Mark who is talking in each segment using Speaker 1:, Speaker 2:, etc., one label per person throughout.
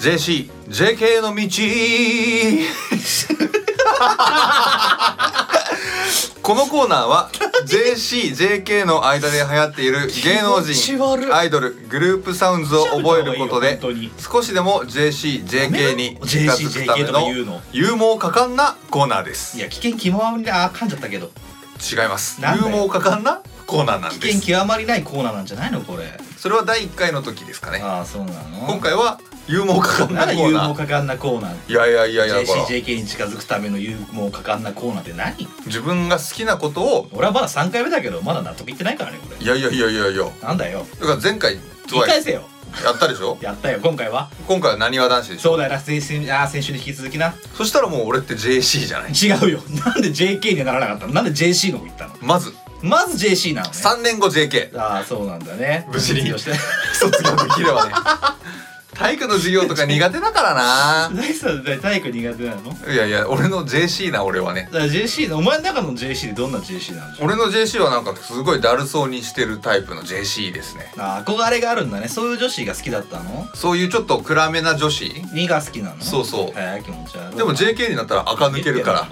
Speaker 1: JC、JK の道このコーナーは JC、JK の間で流行っている芸能
Speaker 2: 気持ち
Speaker 1: 人
Speaker 2: 悪い
Speaker 1: アイドルグループサウンズを覚えることで
Speaker 2: 本当に
Speaker 1: 少しでも JC、JK に近づくため
Speaker 2: JC とか言う
Speaker 1: の
Speaker 2: の
Speaker 1: 勇猛果敢なコーナーです
Speaker 2: いや危険極まりないあ噛んじゃったけど
Speaker 1: 違います
Speaker 2: なんだ
Speaker 1: 勇
Speaker 2: よ
Speaker 1: 猛果敢なコーナーなんで
Speaker 2: 危
Speaker 1: す
Speaker 2: 険極まりないコーナーなんじゃないのこれ
Speaker 1: それは第1回の時ですかね
Speaker 2: ああそうなの
Speaker 1: 今回は勇猛果敢
Speaker 2: な
Speaker 1: なんコ
Speaker 2: で
Speaker 1: ー
Speaker 2: 有
Speaker 1: ナ
Speaker 2: 毛
Speaker 1: ー
Speaker 2: 果敢なコーナー
Speaker 1: いやいやいやいやほら
Speaker 2: JCJK に近づくための有毛果敢なコーナーって何
Speaker 1: 自分が好きなことを
Speaker 2: 俺はまだ3回目だけどまだ納得いってないからねこ
Speaker 1: い
Speaker 2: れ
Speaker 1: やいやいやいやいや
Speaker 2: なんだよ
Speaker 1: だから前回
Speaker 2: 言い返せよ
Speaker 1: やったでしょ
Speaker 2: やったよ今回は
Speaker 1: 今回はなにわ男子でしょ
Speaker 2: そうだよな先先あー先週に引き続きな
Speaker 1: そしたらもう俺って JC じゃない
Speaker 2: 違うよなんで JK にはならなかったのなんで JC の方行ったの
Speaker 1: まず
Speaker 2: まず JC なのね
Speaker 1: 3年後 JK
Speaker 2: ああそうなんだね
Speaker 1: 無事に
Speaker 2: 卒業して
Speaker 1: 卒業できればね体育の授業とか苦手だからな
Speaker 2: 大地さん体育苦手なのだか
Speaker 1: いやいや俺の JC な俺はね
Speaker 2: ら JC のお前の中の JC でどんな JC なんでしょう
Speaker 1: 俺の JC はなんかすごいだるそうにしてるタイプの JC ですね
Speaker 2: あー憧れがあるんだねそういう女子が好きだったの
Speaker 1: そういうちょっと暗めな女子
Speaker 2: にが好きなの
Speaker 1: そうそう
Speaker 2: えー、気持ち悪い
Speaker 1: でも JK になったら垢抜けるから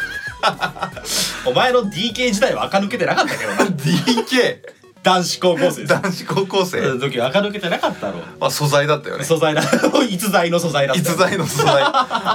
Speaker 2: お前お前の DK 時代は垢抜けてなかったけど な
Speaker 1: DK
Speaker 2: 男子高校生です
Speaker 1: 男子高校生、
Speaker 2: の時は垢抜けてなかったろ
Speaker 1: まあ、素材だったよね
Speaker 2: 素材だ 逸材の素材だった
Speaker 1: 逸材の素材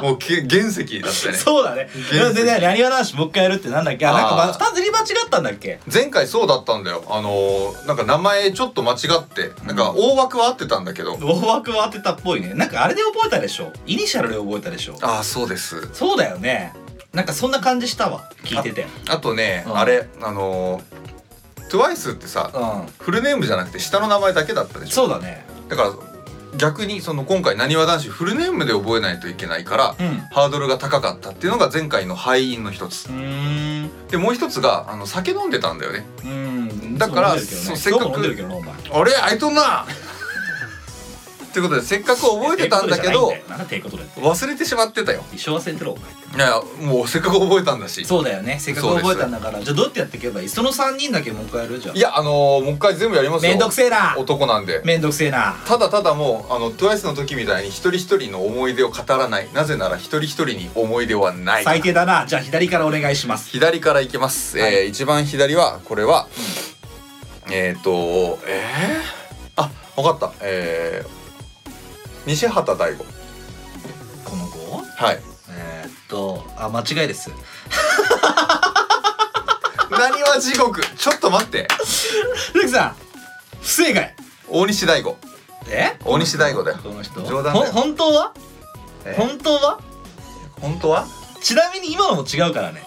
Speaker 1: もうけ原石だったよね
Speaker 2: そうだね
Speaker 1: 原石
Speaker 2: でねなにわ男子もう一回やるってなんだっけあなんか
Speaker 1: あー
Speaker 2: またずり間違ったんだっけ
Speaker 1: 前回そうだったんだよあのーなんか名前ちょっと間違ってなんか大枠は合ってたんだけど、
Speaker 2: 大枠を当てたっぽいねなんかあれで覚えたでしょイニシャルで覚えたでしょ
Speaker 1: ああそうです
Speaker 2: そうだよねなんかそんな感じしたわ聞いててうん
Speaker 1: あとね、
Speaker 2: うん
Speaker 1: あれあのー、TWICE ってさ、フルネームじゃなくて下の名前だけだったでしょ
Speaker 2: そうだね
Speaker 1: だから逆にその今回なにわ男子フルネームで覚えないといけないから、
Speaker 2: うん
Speaker 1: ハードルが高かったっていうのが前回の敗因の一つ
Speaker 2: うーん
Speaker 1: でもう一つがあの酒飲んでたんだよね
Speaker 2: うん
Speaker 1: だからそうせ
Speaker 2: せ
Speaker 1: っ
Speaker 2: っ
Speaker 1: かく
Speaker 2: かく飲んでるけどね今日も飲んでるけどなお前
Speaker 1: あれあいとん なってことでせっかく覚えてたんだけど
Speaker 2: えなんていうことだよ
Speaker 1: 忘れてしまってたよ
Speaker 2: 一生忘れてるお前
Speaker 1: いやもうせっかく覚えたんだし
Speaker 2: そうだよねせっかく覚えたんだからじゃあどうやってやっていけばいいその3人だけもう一回やるじゃん
Speaker 1: いやあのーもう一回全部やりますよ
Speaker 2: めんどくせえな
Speaker 1: 男なんで
Speaker 2: めんどくせえな
Speaker 1: ただただもうあの TWICE の時みたいに一人一人の思い出を語らないなぜなら一人一人に思い出はない
Speaker 2: 最低だなじゃあ左からお願いします
Speaker 1: 左からいきます、
Speaker 2: はい
Speaker 1: えー一番左はこれは、えっ、ー、とえー、あ分かったえー、西畑大吾
Speaker 2: この子
Speaker 1: はい
Speaker 2: えー、っとあ間違いです
Speaker 1: 何は地獄ちょっと待って
Speaker 2: ルクさん不正解
Speaker 1: 大西大吾
Speaker 2: え
Speaker 1: 大西大吾だよ
Speaker 2: この人
Speaker 1: 冗談だよ
Speaker 2: ほ本当は
Speaker 1: えー
Speaker 2: 本当は
Speaker 1: 本当は
Speaker 2: ちなみに今のも違うからね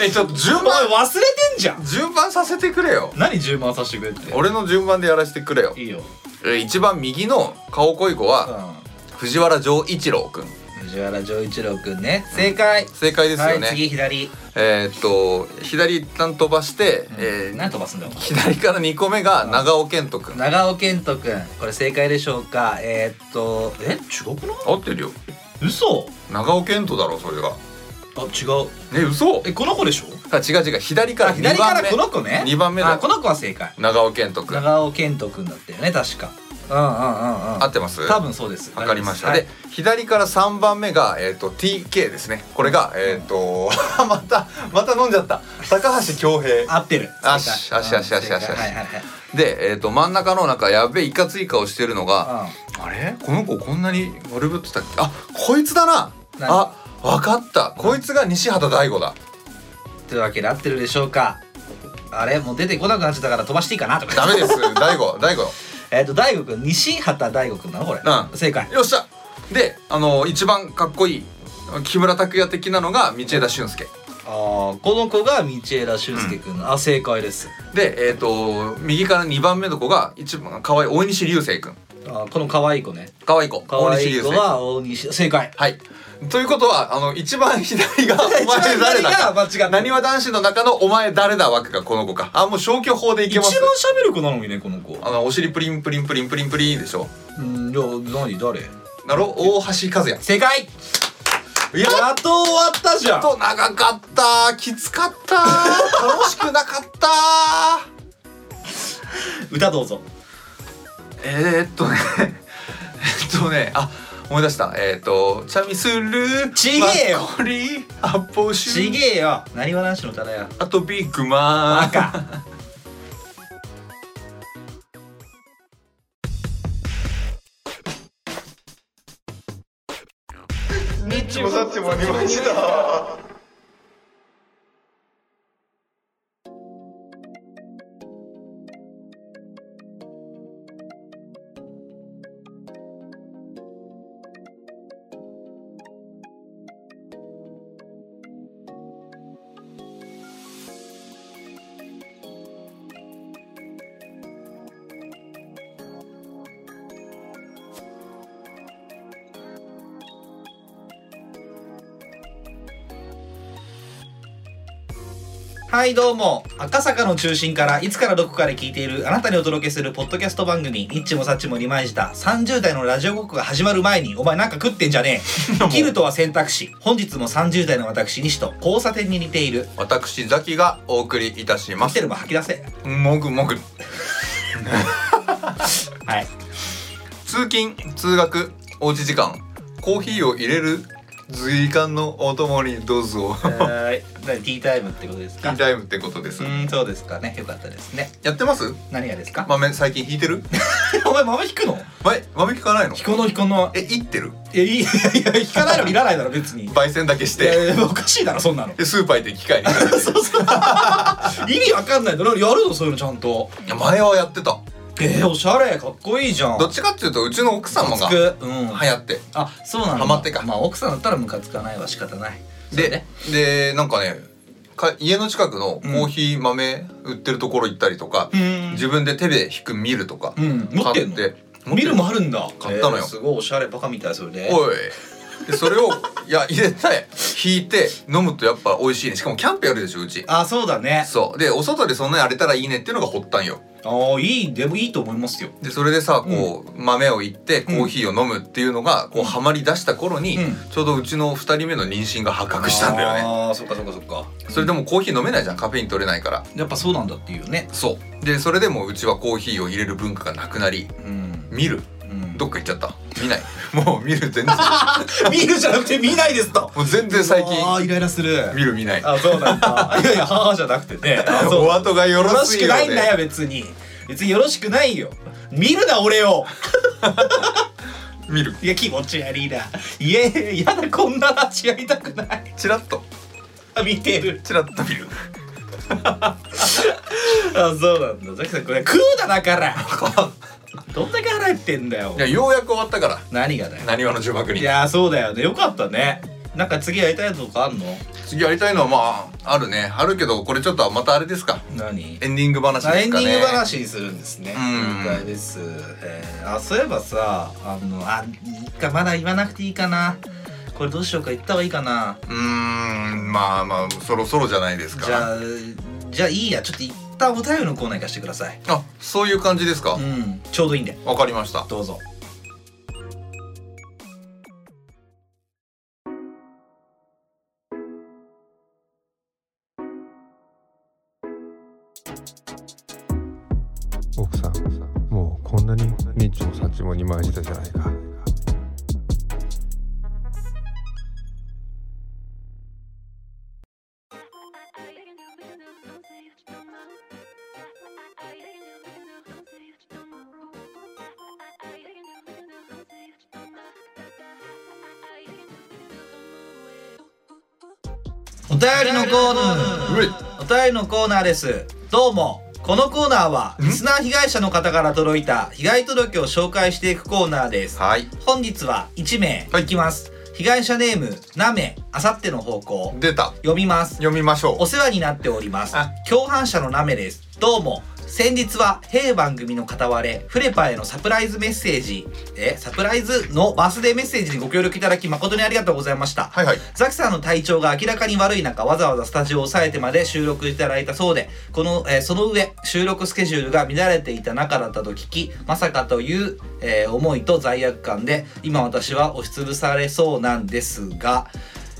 Speaker 1: えちょっと順
Speaker 2: お前
Speaker 1: 番
Speaker 2: 忘れてんじゃん
Speaker 1: 順番させてくれよ
Speaker 2: 何10万させてくれって
Speaker 1: 俺の順番でやらせてくれよ
Speaker 2: いいよ
Speaker 1: えー一番右の顔濃い子は
Speaker 2: う
Speaker 1: 藤原丈一郎くん
Speaker 2: ん藤原丈一郎くんね正解
Speaker 1: 正解です
Speaker 2: は
Speaker 1: よ
Speaker 2: い
Speaker 1: ね、
Speaker 2: 次左
Speaker 1: えーっと左一旦飛ばして、えー
Speaker 2: 何飛ばすんだよお前
Speaker 1: 左から2個目が長尾健人くん
Speaker 2: 長尾健人くんこれ正解でしょうかえー、っとえ違くない
Speaker 1: 合ってるよ
Speaker 2: 嘘
Speaker 1: 長尾健人だろそれが
Speaker 2: あ違う
Speaker 1: え嘘
Speaker 2: えこの子でしょ
Speaker 1: あ違う違う左から
Speaker 2: あ
Speaker 1: 2
Speaker 2: 左か
Speaker 1: 番
Speaker 2: ら
Speaker 1: 目
Speaker 2: この子ね
Speaker 1: 二番目だ
Speaker 2: あこの子は正解
Speaker 1: 長尾健人くん
Speaker 2: 長尾健人くんだったよね確かうんうんうんうん
Speaker 1: 合ってます
Speaker 2: 多分そうです
Speaker 1: わかりました、
Speaker 2: はい
Speaker 1: で左から3番目が、えー、と TK ですねこれがえーっ、と またまた飲んじゃった高橋恭平
Speaker 2: 合ってる
Speaker 1: あ
Speaker 2: 正解
Speaker 1: しあしあしあしあし
Speaker 2: うん正解はいはいはい
Speaker 1: で、えー、と真ん中のなんかやべえいかつい顔してるのがあれこの子こんなに悪ぶってたっけあこいつだな
Speaker 2: 何
Speaker 1: あわかったこいつが西畑大吾だ
Speaker 2: うんというわけで合ってるでしょうかあれもう出てこなくなっちゃったから飛ばしていいかなとか
Speaker 1: ダメです 大吾大吾
Speaker 2: えっと大悟くん西畑大悟くんなのこれ
Speaker 1: うん
Speaker 2: 正解
Speaker 1: よっしゃであの一番かっこいい木村拓哉的なのが道枝俊介
Speaker 2: ああこの子が道枝俊介くんの、あ正解です
Speaker 1: でえっ、と右から2番目の子が一番可愛い大西流星君
Speaker 2: あこの可愛い子ね
Speaker 1: 可愛い子
Speaker 2: 可
Speaker 1: 大
Speaker 2: 愛
Speaker 1: 西
Speaker 2: い
Speaker 1: 流星
Speaker 2: 子は大西正解
Speaker 1: はいということはあの一番 左がお前誰
Speaker 2: 一番左
Speaker 1: だ
Speaker 2: が間違ってる
Speaker 1: なにわ男子の中のお前誰だわけがこの子かあもう消去法でい
Speaker 2: 一
Speaker 1: けま
Speaker 2: 番
Speaker 1: す
Speaker 2: 喋る子なのにねこの子
Speaker 1: あのお尻プリンプリンプリンプリンプリンでしょ
Speaker 2: うんいや何誰
Speaker 1: なろ大橋和也
Speaker 2: 正解
Speaker 1: や
Speaker 2: やっと終わったじゃ
Speaker 1: っ
Speaker 2: ん
Speaker 1: と長かったきつか った楽しくなかった
Speaker 2: 歌どうぞ
Speaker 1: えー、っとね えっとねあ思い出したえー、っと「チャミスル
Speaker 2: ちげえよ
Speaker 1: マッコリアポシュ
Speaker 2: ちげえよなにわ男子の歌だよ
Speaker 1: あとビッグマン
Speaker 2: バカ
Speaker 3: もさっちもありました。
Speaker 2: はいどうも赤坂の中心からいつからどこかで聞いているあなたにお届けするポッドキャスト番組「ニッチもサッチも二枚舌」30代のラジオごっこが始まる前にお前なんか食ってんじゃね え生きるとは選択肢本日も30代の私西と交差点に似ている
Speaker 1: 私ザキがお送りいたしま
Speaker 2: 生きて
Speaker 1: す
Speaker 2: るも吐き出せ
Speaker 1: もぐもぐ
Speaker 2: はい
Speaker 1: 通勤通学おうち時間コーヒーを入れる時間のお供にどうぞ
Speaker 2: はいティータイムってことです
Speaker 1: ティ
Speaker 2: か
Speaker 1: ータイムってことです、
Speaker 2: うーんそうですかねよかったですね
Speaker 1: やってます
Speaker 2: 何がですか、
Speaker 1: 豆最近引いてる
Speaker 2: お前豆引くの
Speaker 1: 豆豆引かないの
Speaker 2: 引くの引くの
Speaker 1: えいってる
Speaker 2: えいいいや引かないのにいらないだろ別に
Speaker 1: 焙煎だけし
Speaker 2: いや
Speaker 1: て
Speaker 2: いやおかしいだろそんなの
Speaker 1: でスーパー行って機械に
Speaker 2: 意味わかんないだろやるのそういうのちゃんと
Speaker 1: いや前はやってた
Speaker 2: えー、おしゃれかっこいいじゃん
Speaker 1: どっちかっていうとうちの奥様が
Speaker 2: ムカ
Speaker 1: 流
Speaker 2: つくうん
Speaker 1: 行って
Speaker 2: あそうなんだ
Speaker 1: ハマってか
Speaker 2: まあ奥さんだったらムカつかないは仕方ないそう
Speaker 1: で
Speaker 2: ね
Speaker 1: でなんかねか家の近くのコーヒー豆売ってるところ行ったりとか、
Speaker 2: うん
Speaker 1: 自分で手で引く見るとか、
Speaker 2: うん持っ
Speaker 1: 買って
Speaker 2: てんの
Speaker 1: 持ってる
Speaker 2: 見るもあるんだ
Speaker 1: 買ったのよ
Speaker 2: えーすごいおしゃれバカみたいそれで
Speaker 1: おいでそれをいや入れて引いて飲むとやっぱ美味しいねしかもキャンプやるでしょうち
Speaker 2: あそうだね
Speaker 1: そうでお外でそんなに荒れたらいいねっていうのが発端よ
Speaker 2: ああいいでもいいと思いますよ
Speaker 1: でそれでさこう、豆をいってコーヒーを飲むっていうのがこう、
Speaker 2: うん
Speaker 1: ハマり出した頃に、
Speaker 2: うん
Speaker 1: ちょうどうちの2人目の妊娠が発覚したんだよね
Speaker 2: ああそっかそっかそっか
Speaker 1: それでもコーヒー飲めないじゃんカフェイン取れないから
Speaker 2: やっぱそうなんだっていうね
Speaker 1: そうでそれでもうちはコーヒーを入れる文化がなくなり
Speaker 2: うん、
Speaker 1: 見る
Speaker 2: うん、
Speaker 1: どっか行っちゃった見ない もう見る 全然
Speaker 2: 見るじゃなくて見ないですと
Speaker 1: もう全然最
Speaker 2: ああ
Speaker 1: 近
Speaker 2: イライラする
Speaker 1: 見る見ない
Speaker 2: あそうなんだいやいや母じゃなくてねあそう
Speaker 1: お後がよ
Speaker 2: よ
Speaker 1: ろ
Speaker 2: ろ
Speaker 1: し
Speaker 2: し
Speaker 1: い
Speaker 2: く
Speaker 1: よ
Speaker 2: な
Speaker 1: ね
Speaker 2: いんだよ別に別によろしくないよ見るな俺を
Speaker 1: 見る
Speaker 2: いや気持ち悪いないやいやだこんな話やりたくない
Speaker 1: チラッと
Speaker 2: あ見てる
Speaker 1: チラッと見る
Speaker 2: あそうなんだザキさんこれ食うだだから どんだけ腹減ってんだよ
Speaker 1: いやようやく終わったから
Speaker 2: 何がだよ
Speaker 1: なにわの呪縛
Speaker 2: い
Speaker 1: に
Speaker 2: やそうだよねよかったねなんか次やりたいとかあんの
Speaker 1: 次やりたいのはまああるねあるけどこれちょっとまたあれですか
Speaker 2: 何
Speaker 1: エンディング話ですかね
Speaker 2: エンディング話にするんですね。
Speaker 1: うん
Speaker 2: 了解です。えーあそういえばさあのあいいかまだ言わなくていいかな。これどうしようか言った方がいいかな。
Speaker 1: うーんまあまあそろそろじゃないですか
Speaker 2: じゃあじゃあいいやちょっと一旦お便りのコーナー行かしてください。
Speaker 1: あそういう感じですか
Speaker 2: うんちょうどいいんで
Speaker 1: わかりました
Speaker 2: どうぞ。
Speaker 4: 奥さんもうこんなにニッチもサッチも二枚舌じゃないか
Speaker 2: お便りのコーナー。
Speaker 1: うえ
Speaker 2: お便りのコーナーですどうもこのコーナーはリスナー被害者の方から届いた被害届を紹介していくコーナーです
Speaker 1: はい
Speaker 2: 本日は1名
Speaker 1: はい
Speaker 2: いきます、被害者ネームなめあさっての方向
Speaker 1: 出た
Speaker 2: 読みます
Speaker 1: 読みましょう
Speaker 2: お世話になっております
Speaker 1: あ
Speaker 2: 共犯者のなめですどうも先日は平番組の片割れフレパへのサプライズメッセージえサプライズのバースデーメッセージにご協力いただき誠にありがとうございました、
Speaker 1: はいはい
Speaker 2: ザキさんの体調が明らかに悪い中わざわざスタジオを抑えてまで収録いただいたそうでこの、えーその上収録スケジュールが乱れていた中だったと聞きまさかという、えー思いと罪悪感で今私は押しつぶされそうなんですが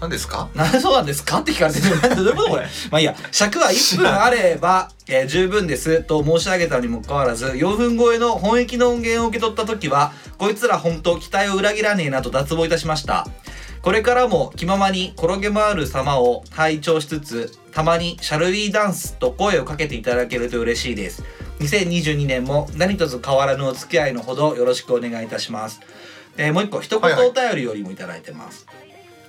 Speaker 1: 何ですか
Speaker 2: なんでそうなんですかって聞かれてるどういうことこれ まあいいや尺は1分あれば、えー十分ですと申し上げたにもかかわらず4分超えの本域の音源を受け取った時はこいつら本当期待を裏切らねえなと脱帽いたしましたこれからも気ままに転げ回る様を拝聴しつつたまにシャルウィーダンスと声をかけていただけると嬉しいです2022年も何卒変わらぬお付き合いのほどよろしくお願いいたします、えーもう一個一言
Speaker 1: はいはい
Speaker 2: お便りよりもいただいてます、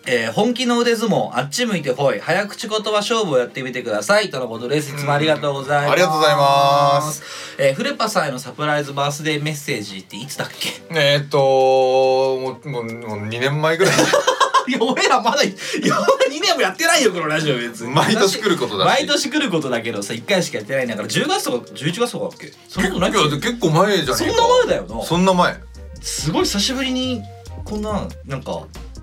Speaker 2: えー本気の腕相撲あっち向いてほい早口言葉勝負をやってみてくださいとのことですいつもありがとうございます
Speaker 1: ありがとうございます
Speaker 2: えーフレパさんへのサプライズバースデーメッセージっていつだっけ
Speaker 1: えー、っともうもうもう2年前ぐらい
Speaker 2: いや俺らまだいや2年もやってないよこのラジオ別に
Speaker 1: 毎年来ることだし
Speaker 2: 毎年来ることだけどさ1回しかやってないんだから10月とか11月とかだっけそんなことないっ
Speaker 1: いやで
Speaker 2: け
Speaker 1: 結構前じゃねえか
Speaker 2: そんな前だよな
Speaker 1: そんな前
Speaker 2: すごい久しぶりにこんななんか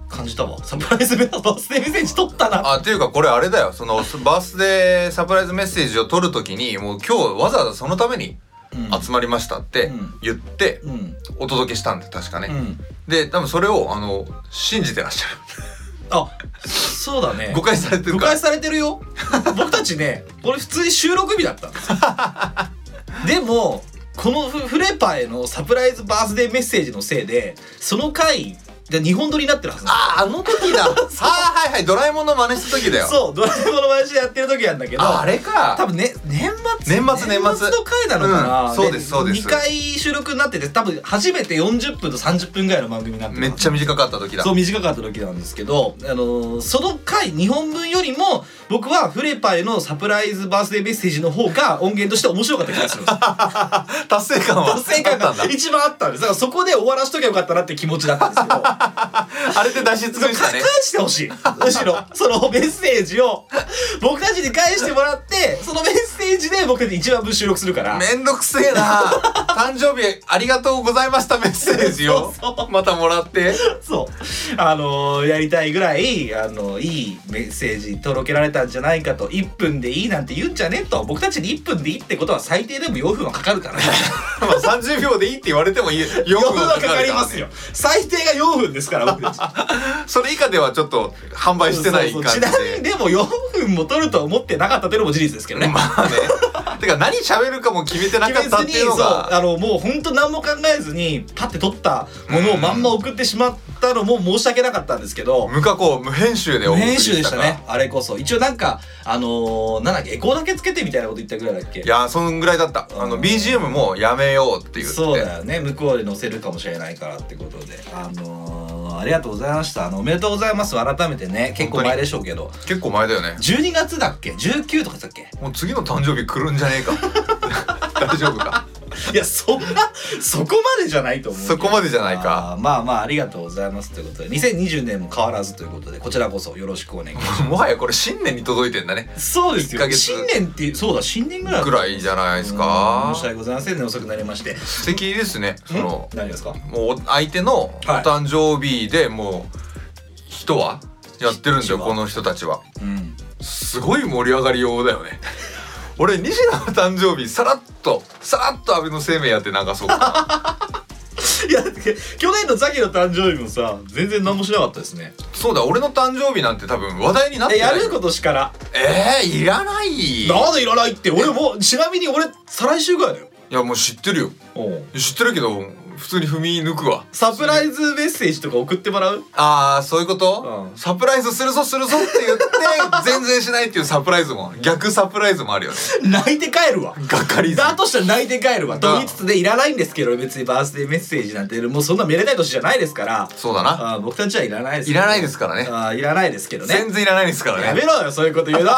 Speaker 2: 感じたわサプライズバースデーメッセージ撮ったな
Speaker 1: あっていうかこれあれだよそのバースデーサプライズメッセージを取るときにもう今日わざわざそのために
Speaker 2: うん
Speaker 1: 集まりましたって
Speaker 2: うん
Speaker 1: 言って
Speaker 2: うん
Speaker 1: お届けしたんで確かね、
Speaker 2: うん
Speaker 1: で多分それをあの信じてらっしゃ
Speaker 2: あそうだね
Speaker 1: る誤解されてる
Speaker 2: 誤
Speaker 1: から
Speaker 2: 解されてるよ僕たちねこれ普通に収録日だったんですよ でもこのフフレパへのサプライズバースデーメッセージのせいでその回で日本撮りになってるはずなん
Speaker 1: あああの時だ あーはいはいドラえもんの真似した時だ
Speaker 2: で
Speaker 1: よ
Speaker 2: すそうドラえもんの話でやってる時なんだけど
Speaker 1: ああれか
Speaker 2: 多分ね年末
Speaker 1: 年末年末
Speaker 2: の回なのかな、
Speaker 1: うんそうですそうです
Speaker 2: 2回収録になってて多分初めて40分と30分ぐらいの番組になってる
Speaker 1: めっちゃ短かった時だ
Speaker 2: そう短かった時なんですけど、あのーその回2本分よりも僕はフレパへのサプライズバースデーメッセージの方が音源として面白かった気がする んです
Speaker 1: 達成感は
Speaker 2: 達成感
Speaker 1: あ
Speaker 2: が
Speaker 1: ったんだ
Speaker 2: 一番あったんですだからそこで終わらしときゃよかったなって気持ちだったんです けどか
Speaker 1: あれで脱出
Speaker 2: 返
Speaker 1: したね
Speaker 2: してほしいむしろそのメッセージを僕たちに返してもらってそのメッセージで僕たち一番分収録するから
Speaker 1: めんどくせえな 誕生日ありがとうございましたメッセージを
Speaker 2: そうそ
Speaker 1: またもらって
Speaker 2: そうあのーやりたいぐらい、あのーいいメッセージ届けられたんじゃないかと1分でいいなんて言うんじゃねえと僕たちに1分でいいってことは最低でも4分はかか るから
Speaker 1: まあ30秒でいいって言われてもいい4
Speaker 2: 4分
Speaker 1: 分
Speaker 2: は
Speaker 1: は
Speaker 2: か
Speaker 1: か
Speaker 2: か
Speaker 1: か
Speaker 2: り
Speaker 1: り
Speaker 2: ま
Speaker 1: ますす
Speaker 2: よ
Speaker 1: よ
Speaker 2: 最低が4分ですから僕たち
Speaker 1: それ以下ではちょっと販売してない
Speaker 2: そう
Speaker 1: 感
Speaker 2: そう
Speaker 1: じ
Speaker 2: ちなみに
Speaker 1: で
Speaker 2: でも4分も取るとは思ってなかったというのも事実ですけどね、
Speaker 1: まあねてか何喋るかも決めてなか
Speaker 2: 決
Speaker 1: っ
Speaker 2: め
Speaker 1: た
Speaker 2: ず
Speaker 1: って
Speaker 2: に
Speaker 1: いうの
Speaker 2: そう
Speaker 1: が
Speaker 2: あのもう本当何も考えずにパッて取ったものをまんま送ってしまったのも申し訳なかったんですけど、
Speaker 1: 無加工無編集でお送り
Speaker 2: 編集でし
Speaker 1: か
Speaker 2: た
Speaker 1: ら
Speaker 2: ねあれこそ一応なんかあのー、なんだっけエコーだけつけてみたいなこと言ったぐらいだっけ
Speaker 1: いやーそんぐらいだったあ
Speaker 2: う
Speaker 1: の
Speaker 2: ん
Speaker 1: BGM もやめようって言って
Speaker 2: そうだよね向こうで載せるかもしれないからってことであのー、ありがとうございましたあのおめでとうございます改めてね結構前でしょうけど
Speaker 1: 結構前だよね
Speaker 2: 12月だっけ19とかだっけ
Speaker 1: もう次の誕生日来るんじゃねえか 大丈夫か
Speaker 2: いやそんなそこまでじゃないと思う
Speaker 1: そこまでじゃないか
Speaker 2: あーまあまあありがとうございますということで2020年も変わらずということでこちらこそよろしくお願いしま
Speaker 1: もはやこれ新年に届いてんだね
Speaker 2: すそうです
Speaker 1: 1ヶ
Speaker 2: よ
Speaker 1: 月
Speaker 2: 新年ってそうだ新年ぐらいだった
Speaker 1: ぐらいじゃないですか
Speaker 2: うん申し訳ございませんね遅くなりまして
Speaker 1: 素敵ですねその
Speaker 2: 何ですか
Speaker 1: もう相手のお誕生日でもう人はやってるんだよ
Speaker 2: 人は
Speaker 1: この人たちは
Speaker 2: うん
Speaker 1: すごい盛り上がりようだよね 俺西野の誕生日さらっとさらっと安倍の生命やって流そうか ない
Speaker 2: やだって去年のザキの誕生日もさ全然何もしなかったですね
Speaker 1: そうだ俺の誕生日なんて多分話題になっ
Speaker 2: え
Speaker 1: てな
Speaker 2: や
Speaker 1: い
Speaker 2: ることしから
Speaker 1: えー、いらないい
Speaker 2: なんでいらないって俺もちなみに俺再来週ぐらいだよ
Speaker 1: やもう知ってるよ知ってるけど普通に踏み抜くわ
Speaker 2: サプライズメッセージとか送ってもらう
Speaker 1: ああそういうこと、
Speaker 2: うん
Speaker 1: サプライズするぞするぞって言って全然しないっていうサプライズも逆サプライズもあ るよね
Speaker 2: 泣いて帰るわ
Speaker 1: がっかりず
Speaker 2: だとしたら泣いて帰るわと
Speaker 1: うん
Speaker 2: 言いつつでいらないんですけど別にバースデーメッセージなんてもうそんなめでたい年じゃないですから
Speaker 1: そうだな
Speaker 2: あ僕たちはいらないです
Speaker 1: いらないですからね
Speaker 2: あいらないですけどね
Speaker 1: 全然いらないですから
Speaker 2: やめ
Speaker 1: ね
Speaker 2: ろよそういうこと 言うの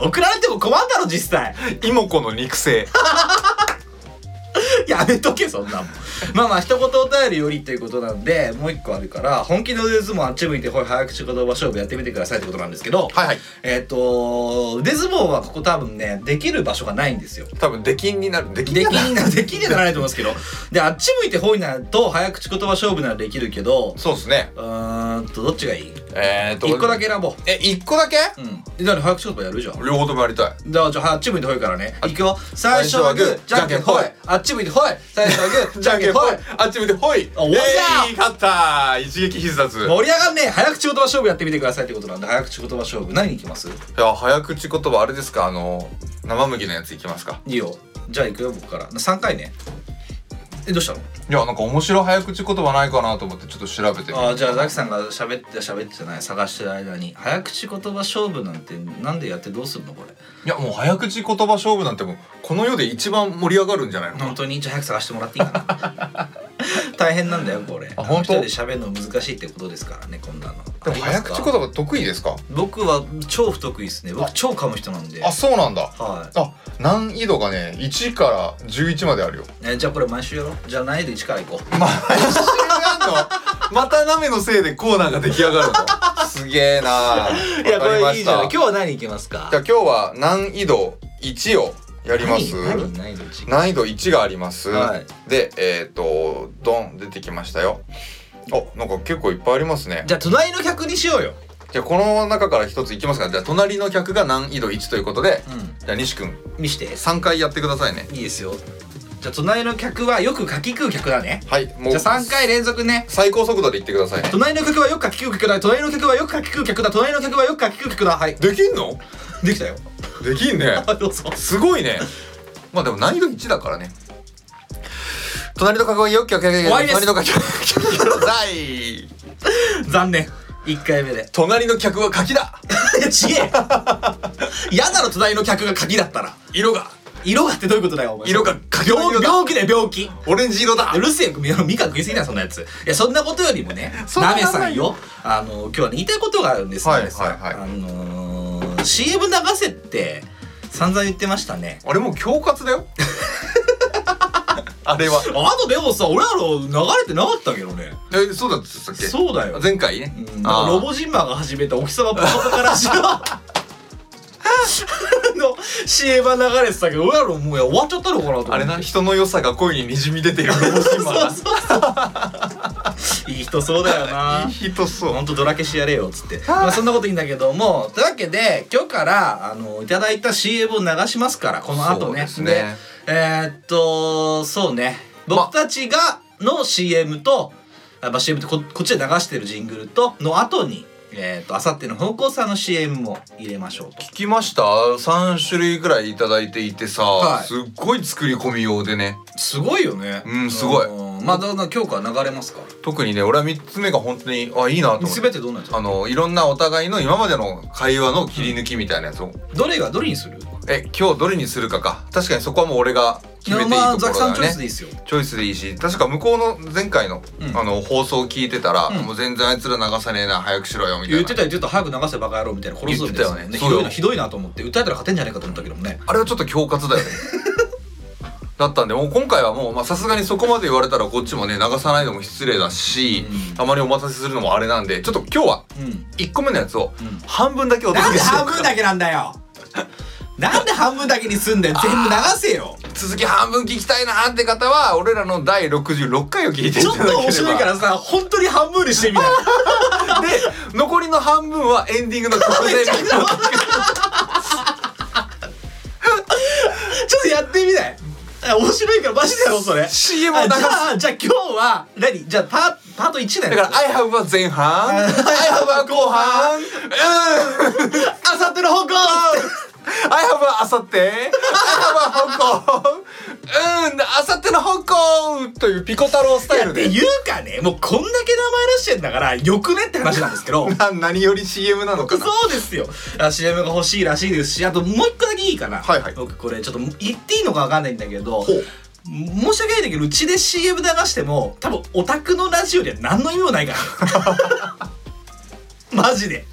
Speaker 2: 送られても困んだろ実際
Speaker 1: 妹子の肉声
Speaker 2: やめとけそんなもんまあまあ一言お便りよりということなんでもう一個あるから本気の腕相撲あっち向いてほい早口言葉勝負やってみてくださいってことなんですけど、
Speaker 1: はいはい
Speaker 2: えっ、と腕相撲はここ多分ねできる場所がないんですよ
Speaker 1: 多分出禁になる出禁
Speaker 2: で
Speaker 1: に
Speaker 2: き
Speaker 1: なる
Speaker 2: になできにはならないと思うんですけどであっち向いてほいなと早口言葉勝負ならできるけど
Speaker 1: そうですね
Speaker 2: うーんとどっちがいい
Speaker 1: えー、と
Speaker 2: 一個だけ選ぼう
Speaker 1: え一個だけ
Speaker 2: うんえだから早口言葉やるじゃん
Speaker 1: 両方ともやりたい
Speaker 2: じゃあ、じゃあ、あっち向いてほいからね。いくよ。最初はグー、じ
Speaker 1: じ
Speaker 2: ゃ
Speaker 1: ゃ
Speaker 2: ん
Speaker 1: ん
Speaker 2: け
Speaker 1: け
Speaker 2: ん
Speaker 1: ん
Speaker 2: ほ
Speaker 1: ほ
Speaker 2: い
Speaker 1: い。
Speaker 2: あっち向いてほい。最初はグー、じゃんけんほい。
Speaker 1: あっち向いてほい
Speaker 2: あ終わった
Speaker 1: えい勝った一撃必殺
Speaker 2: 盛り上がんねえ早口言葉勝負やってみてくださいってことなんで、早口言葉勝負。何いきます
Speaker 1: いや早口言葉あれですかあの生麦のやついきますか
Speaker 2: いいよ。じゃあ行くよ、僕から。3回ね。え、どうしたの
Speaker 1: いやなんか面白い早口言葉ないかなと思ってちょっと調べてみ
Speaker 2: あーじゃあ、ザキさんが喋って、喋ってじゃない、探してる間に。早口言葉勝負なんて、なんでやってどうするのこれ。
Speaker 1: いやもう早口言葉勝負なんてもうこの世で一番盛り上がるんじゃないの
Speaker 2: 本当にじゃあ早く探してもらっていいかな 大変なんだよ、これ。
Speaker 1: あ本当
Speaker 2: 一人で喋るの難しいってことですからね、こんなの。
Speaker 1: でも早口言葉得意ですか
Speaker 2: 僕は超不得意ですね僕超噛む人なんで
Speaker 1: あそうなんだ
Speaker 2: はい
Speaker 1: あ難易度がね1から11まであるよ
Speaker 2: えじゃあこれ毎週やろうじゃあ難易度1からいこ
Speaker 1: 毎週やんのまた鍋のせいでコーナーが出来上がるのすげえなあ
Speaker 2: ういやこ
Speaker 1: わか
Speaker 2: れい
Speaker 1: りま
Speaker 2: い
Speaker 1: し
Speaker 2: じゃ
Speaker 1: た
Speaker 2: ない今日は何いけますか
Speaker 1: じゃあ今日は難易度1をやります
Speaker 2: 何何難易度1
Speaker 1: 難易度1があります、
Speaker 2: はい
Speaker 1: でえっ、とドン出てきましたよあなんか結構いっぱいありますね
Speaker 2: じゃあ隣の客にしようよ
Speaker 1: じゃあこの中から一ついきますかじゃあ隣の客が難易度1ということで
Speaker 2: うん
Speaker 1: じゃあ西君
Speaker 2: 見して
Speaker 1: 3回やってくださいね
Speaker 2: いいですよじゃあ隣の客はよくかき食う客だね
Speaker 1: はいもう
Speaker 2: じゃあ3回連続ね
Speaker 1: 最高速度でいってくださいね
Speaker 2: 隣の客はよくかき食う客だ隣の客はよくかき食う客だ隣の客はよくかき食う客だはい
Speaker 1: できんの
Speaker 2: できたよ
Speaker 1: できんね
Speaker 2: あどうぞ
Speaker 1: すごいねまあでも難易度1だからね隣の客はよくよくよくよく
Speaker 2: 終わりです
Speaker 1: 隣の客はよくよくよくください
Speaker 2: 残念1回目で
Speaker 1: 隣の客は柿だ
Speaker 2: いやちげえ嫌だろ隣の客が鍵だったら
Speaker 1: 色が
Speaker 2: 色がってどういうことだよお前
Speaker 1: 色が柿の
Speaker 2: 病
Speaker 1: 色だ
Speaker 2: 病気だよ病気
Speaker 1: オレンジ色だ
Speaker 2: うるせえよみみかん食いすぎだよそんなやついやそんなことよりもね
Speaker 1: そんな
Speaker 2: な
Speaker 1: 名
Speaker 2: め
Speaker 1: 前
Speaker 2: さんよあの今日はね言いたいことがあるんです
Speaker 1: はい
Speaker 2: なべさん
Speaker 1: はいはい
Speaker 2: あのー CM 流せって散々言ってましたね
Speaker 1: あれもう恐喝だよあれは
Speaker 2: あとでもさ俺らの流れてなかったけどね
Speaker 1: えそうだったっけ
Speaker 2: そうだよ
Speaker 1: 前回ね
Speaker 2: うん
Speaker 1: あー
Speaker 2: ロボジンマーが始めた「お日様ぽかぽかラジオ」 あの CM は流れてたけど俺らのもう終わっちゃったのかなと思って
Speaker 1: あれな人の良さが声ににじみ出ているロボシンマ
Speaker 2: そう
Speaker 1: が
Speaker 2: そうそういい人そうだよな い
Speaker 1: い人そう
Speaker 2: ほんとドラ消しやれよっつってまあそんなこといいんだけどもというわけで今日からあのいただいた CM を流しますからこの後ね
Speaker 1: そうですね
Speaker 2: でえーっとそうね僕たちがの CM と、あまあ、CM とここっちで流してるジングルとの後にえーっとあさっての方向さんの CM も入れましょうと
Speaker 1: 聞きました3種類くらいいただいていてさ、
Speaker 2: はい
Speaker 1: すっごい作り込み用でね
Speaker 2: すごいよね
Speaker 1: うんすごい
Speaker 2: んまあだんだん今日から流れますか
Speaker 1: 特にね俺は3つ目が本当にあいいなと思って
Speaker 2: 全てどんなやつ
Speaker 1: あのいろんなお互いの今までの会話の切り抜きみたいなやつを、
Speaker 2: どれがどれにする
Speaker 1: え今日どれにするかか確かにそこはもう俺が決めていい
Speaker 2: まあ
Speaker 1: とこ
Speaker 2: ザ
Speaker 1: ろ
Speaker 2: キさん
Speaker 1: だよ
Speaker 2: チョイ
Speaker 1: ね
Speaker 2: スでいいですよ
Speaker 1: チョイスでいいし確か向こうの前回の,、
Speaker 2: うん
Speaker 1: あの放送を聞いてたら、
Speaker 2: うん
Speaker 1: もう全然あいつら流さねえな早くしろよみたいな
Speaker 2: 言ってた言ってた早く流せバカ野郎みたいな殺すぞみたいな
Speaker 1: 言ってたよねそ
Speaker 2: ひどいな
Speaker 1: うよ
Speaker 2: ひどいなと思って歌えたら勝てんじゃねえかと思ったけどもね
Speaker 1: あれはちょっと恐喝だ よねだったんでもう今回はもうまあさすがにそこまで言われたらこっちもね流さないのも失礼だし、
Speaker 2: うん
Speaker 1: あまりお待たせするのもあれなんでちょっと今日は
Speaker 2: うん
Speaker 1: 1個目のやつを
Speaker 2: うん
Speaker 1: 半分だけお
Speaker 2: なん
Speaker 1: 届
Speaker 2: で
Speaker 1: けして
Speaker 2: 半分だけなんだよなんで半分だけにすんだよ全部流せよ
Speaker 1: 続き半分聞きたいなーって方は俺らの第66回を聞いてい
Speaker 2: ち
Speaker 1: た
Speaker 2: ょ
Speaker 1: だけれ
Speaker 2: っ
Speaker 1: ば
Speaker 2: と面白いからさ本当に半分にしてみな
Speaker 1: で残りの半分はエンディングの曲で
Speaker 2: ちょっとやってみない面白いからマジだよそれ
Speaker 1: CM を
Speaker 2: あ
Speaker 1: 流
Speaker 2: じゃ
Speaker 1: す
Speaker 2: あじゃあ今日は何じゃあパーパート1だよ
Speaker 1: だ から「I have」は前 半「I have」は後半「うん」
Speaker 2: あさっての方向
Speaker 1: I have あさって I have 香港うんあさっての香港というピコ太郎スタイル
Speaker 2: って
Speaker 1: で
Speaker 2: いうかねもうこんだけ名前出してんだからよくねって話なんですけど
Speaker 1: な何より CM なのかな
Speaker 2: そうですよあ CM が欲しいらしいですしあともう一個だけいいかな、
Speaker 1: はいはい
Speaker 2: 僕これちょっと言っていいのかわかんないんだけど
Speaker 1: ほう
Speaker 2: 申し訳ないんだけどうちで CM 流しても多分オタクのラジオには何の意味もな いからねマジで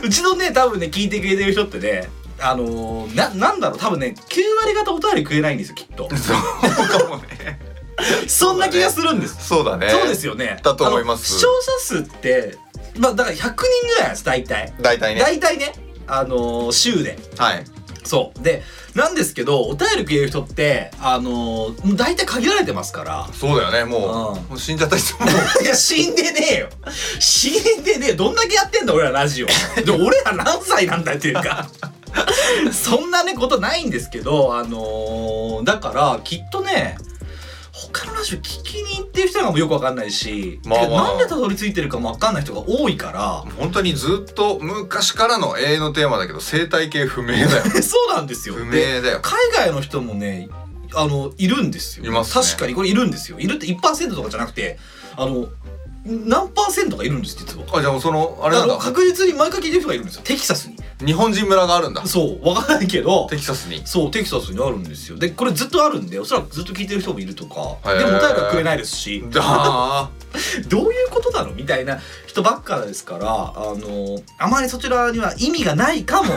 Speaker 2: うちのね多分ね聞いてくれてる人ってねあのー、ななんだろう多分ね9割方お便りくれないんですよきっと
Speaker 1: そうかもね
Speaker 2: そんな気がするんです。
Speaker 1: そうだね
Speaker 2: そうですよね。
Speaker 1: だと思います
Speaker 2: あの視聴者数って、まあだから100人ぐらいなんです、大体。
Speaker 1: 大体ね
Speaker 2: 大体ね、あのー週で。
Speaker 1: はい
Speaker 2: そう。で、なんですけど、お便りくれる人って、あのー大体限られてますから。
Speaker 1: そうだよねもう
Speaker 2: うん
Speaker 1: もう死んじゃった人もい
Speaker 2: いや、死んでねえよ。死んでねえよ。どんだけやってんだ、俺らラジオ。で、俺ら何歳なんだっていうか。 そんなね、ことないんですけど、あのーだから、きっとね、他のラジオ聞きに行ってる人がもよくわかんないし、
Speaker 1: まあまあ
Speaker 2: なんでたどり着いてるかもわかんない人が多いか
Speaker 1: 本当にずっと昔からの永遠のテーマだけど生態系不明だよ
Speaker 2: ら、 そうなんですよ。
Speaker 1: 不明
Speaker 2: で
Speaker 1: だよ
Speaker 2: 海外の人もねあのいるんですよ
Speaker 1: いますね
Speaker 2: 確かにこれいるんですよいるって1%とかじゃなくてあの何パーセントかいるんです実は
Speaker 1: あじゃあもうそのあれなん
Speaker 2: あの
Speaker 1: だ
Speaker 2: 確実に毎回聞いてる人がいるんですよテキサスに
Speaker 1: 日本人村があるんだ
Speaker 2: そうわからないけど
Speaker 1: テキサスに
Speaker 2: そうテキサスにあるんですよでこれずっとあるんでおそらくずっと聞いてる人もいるとか
Speaker 1: へー
Speaker 2: でもお便りはくれないですし
Speaker 1: あ
Speaker 2: どういうことなのみたいな人ばっかですからあのあまりそちらには意味がないかも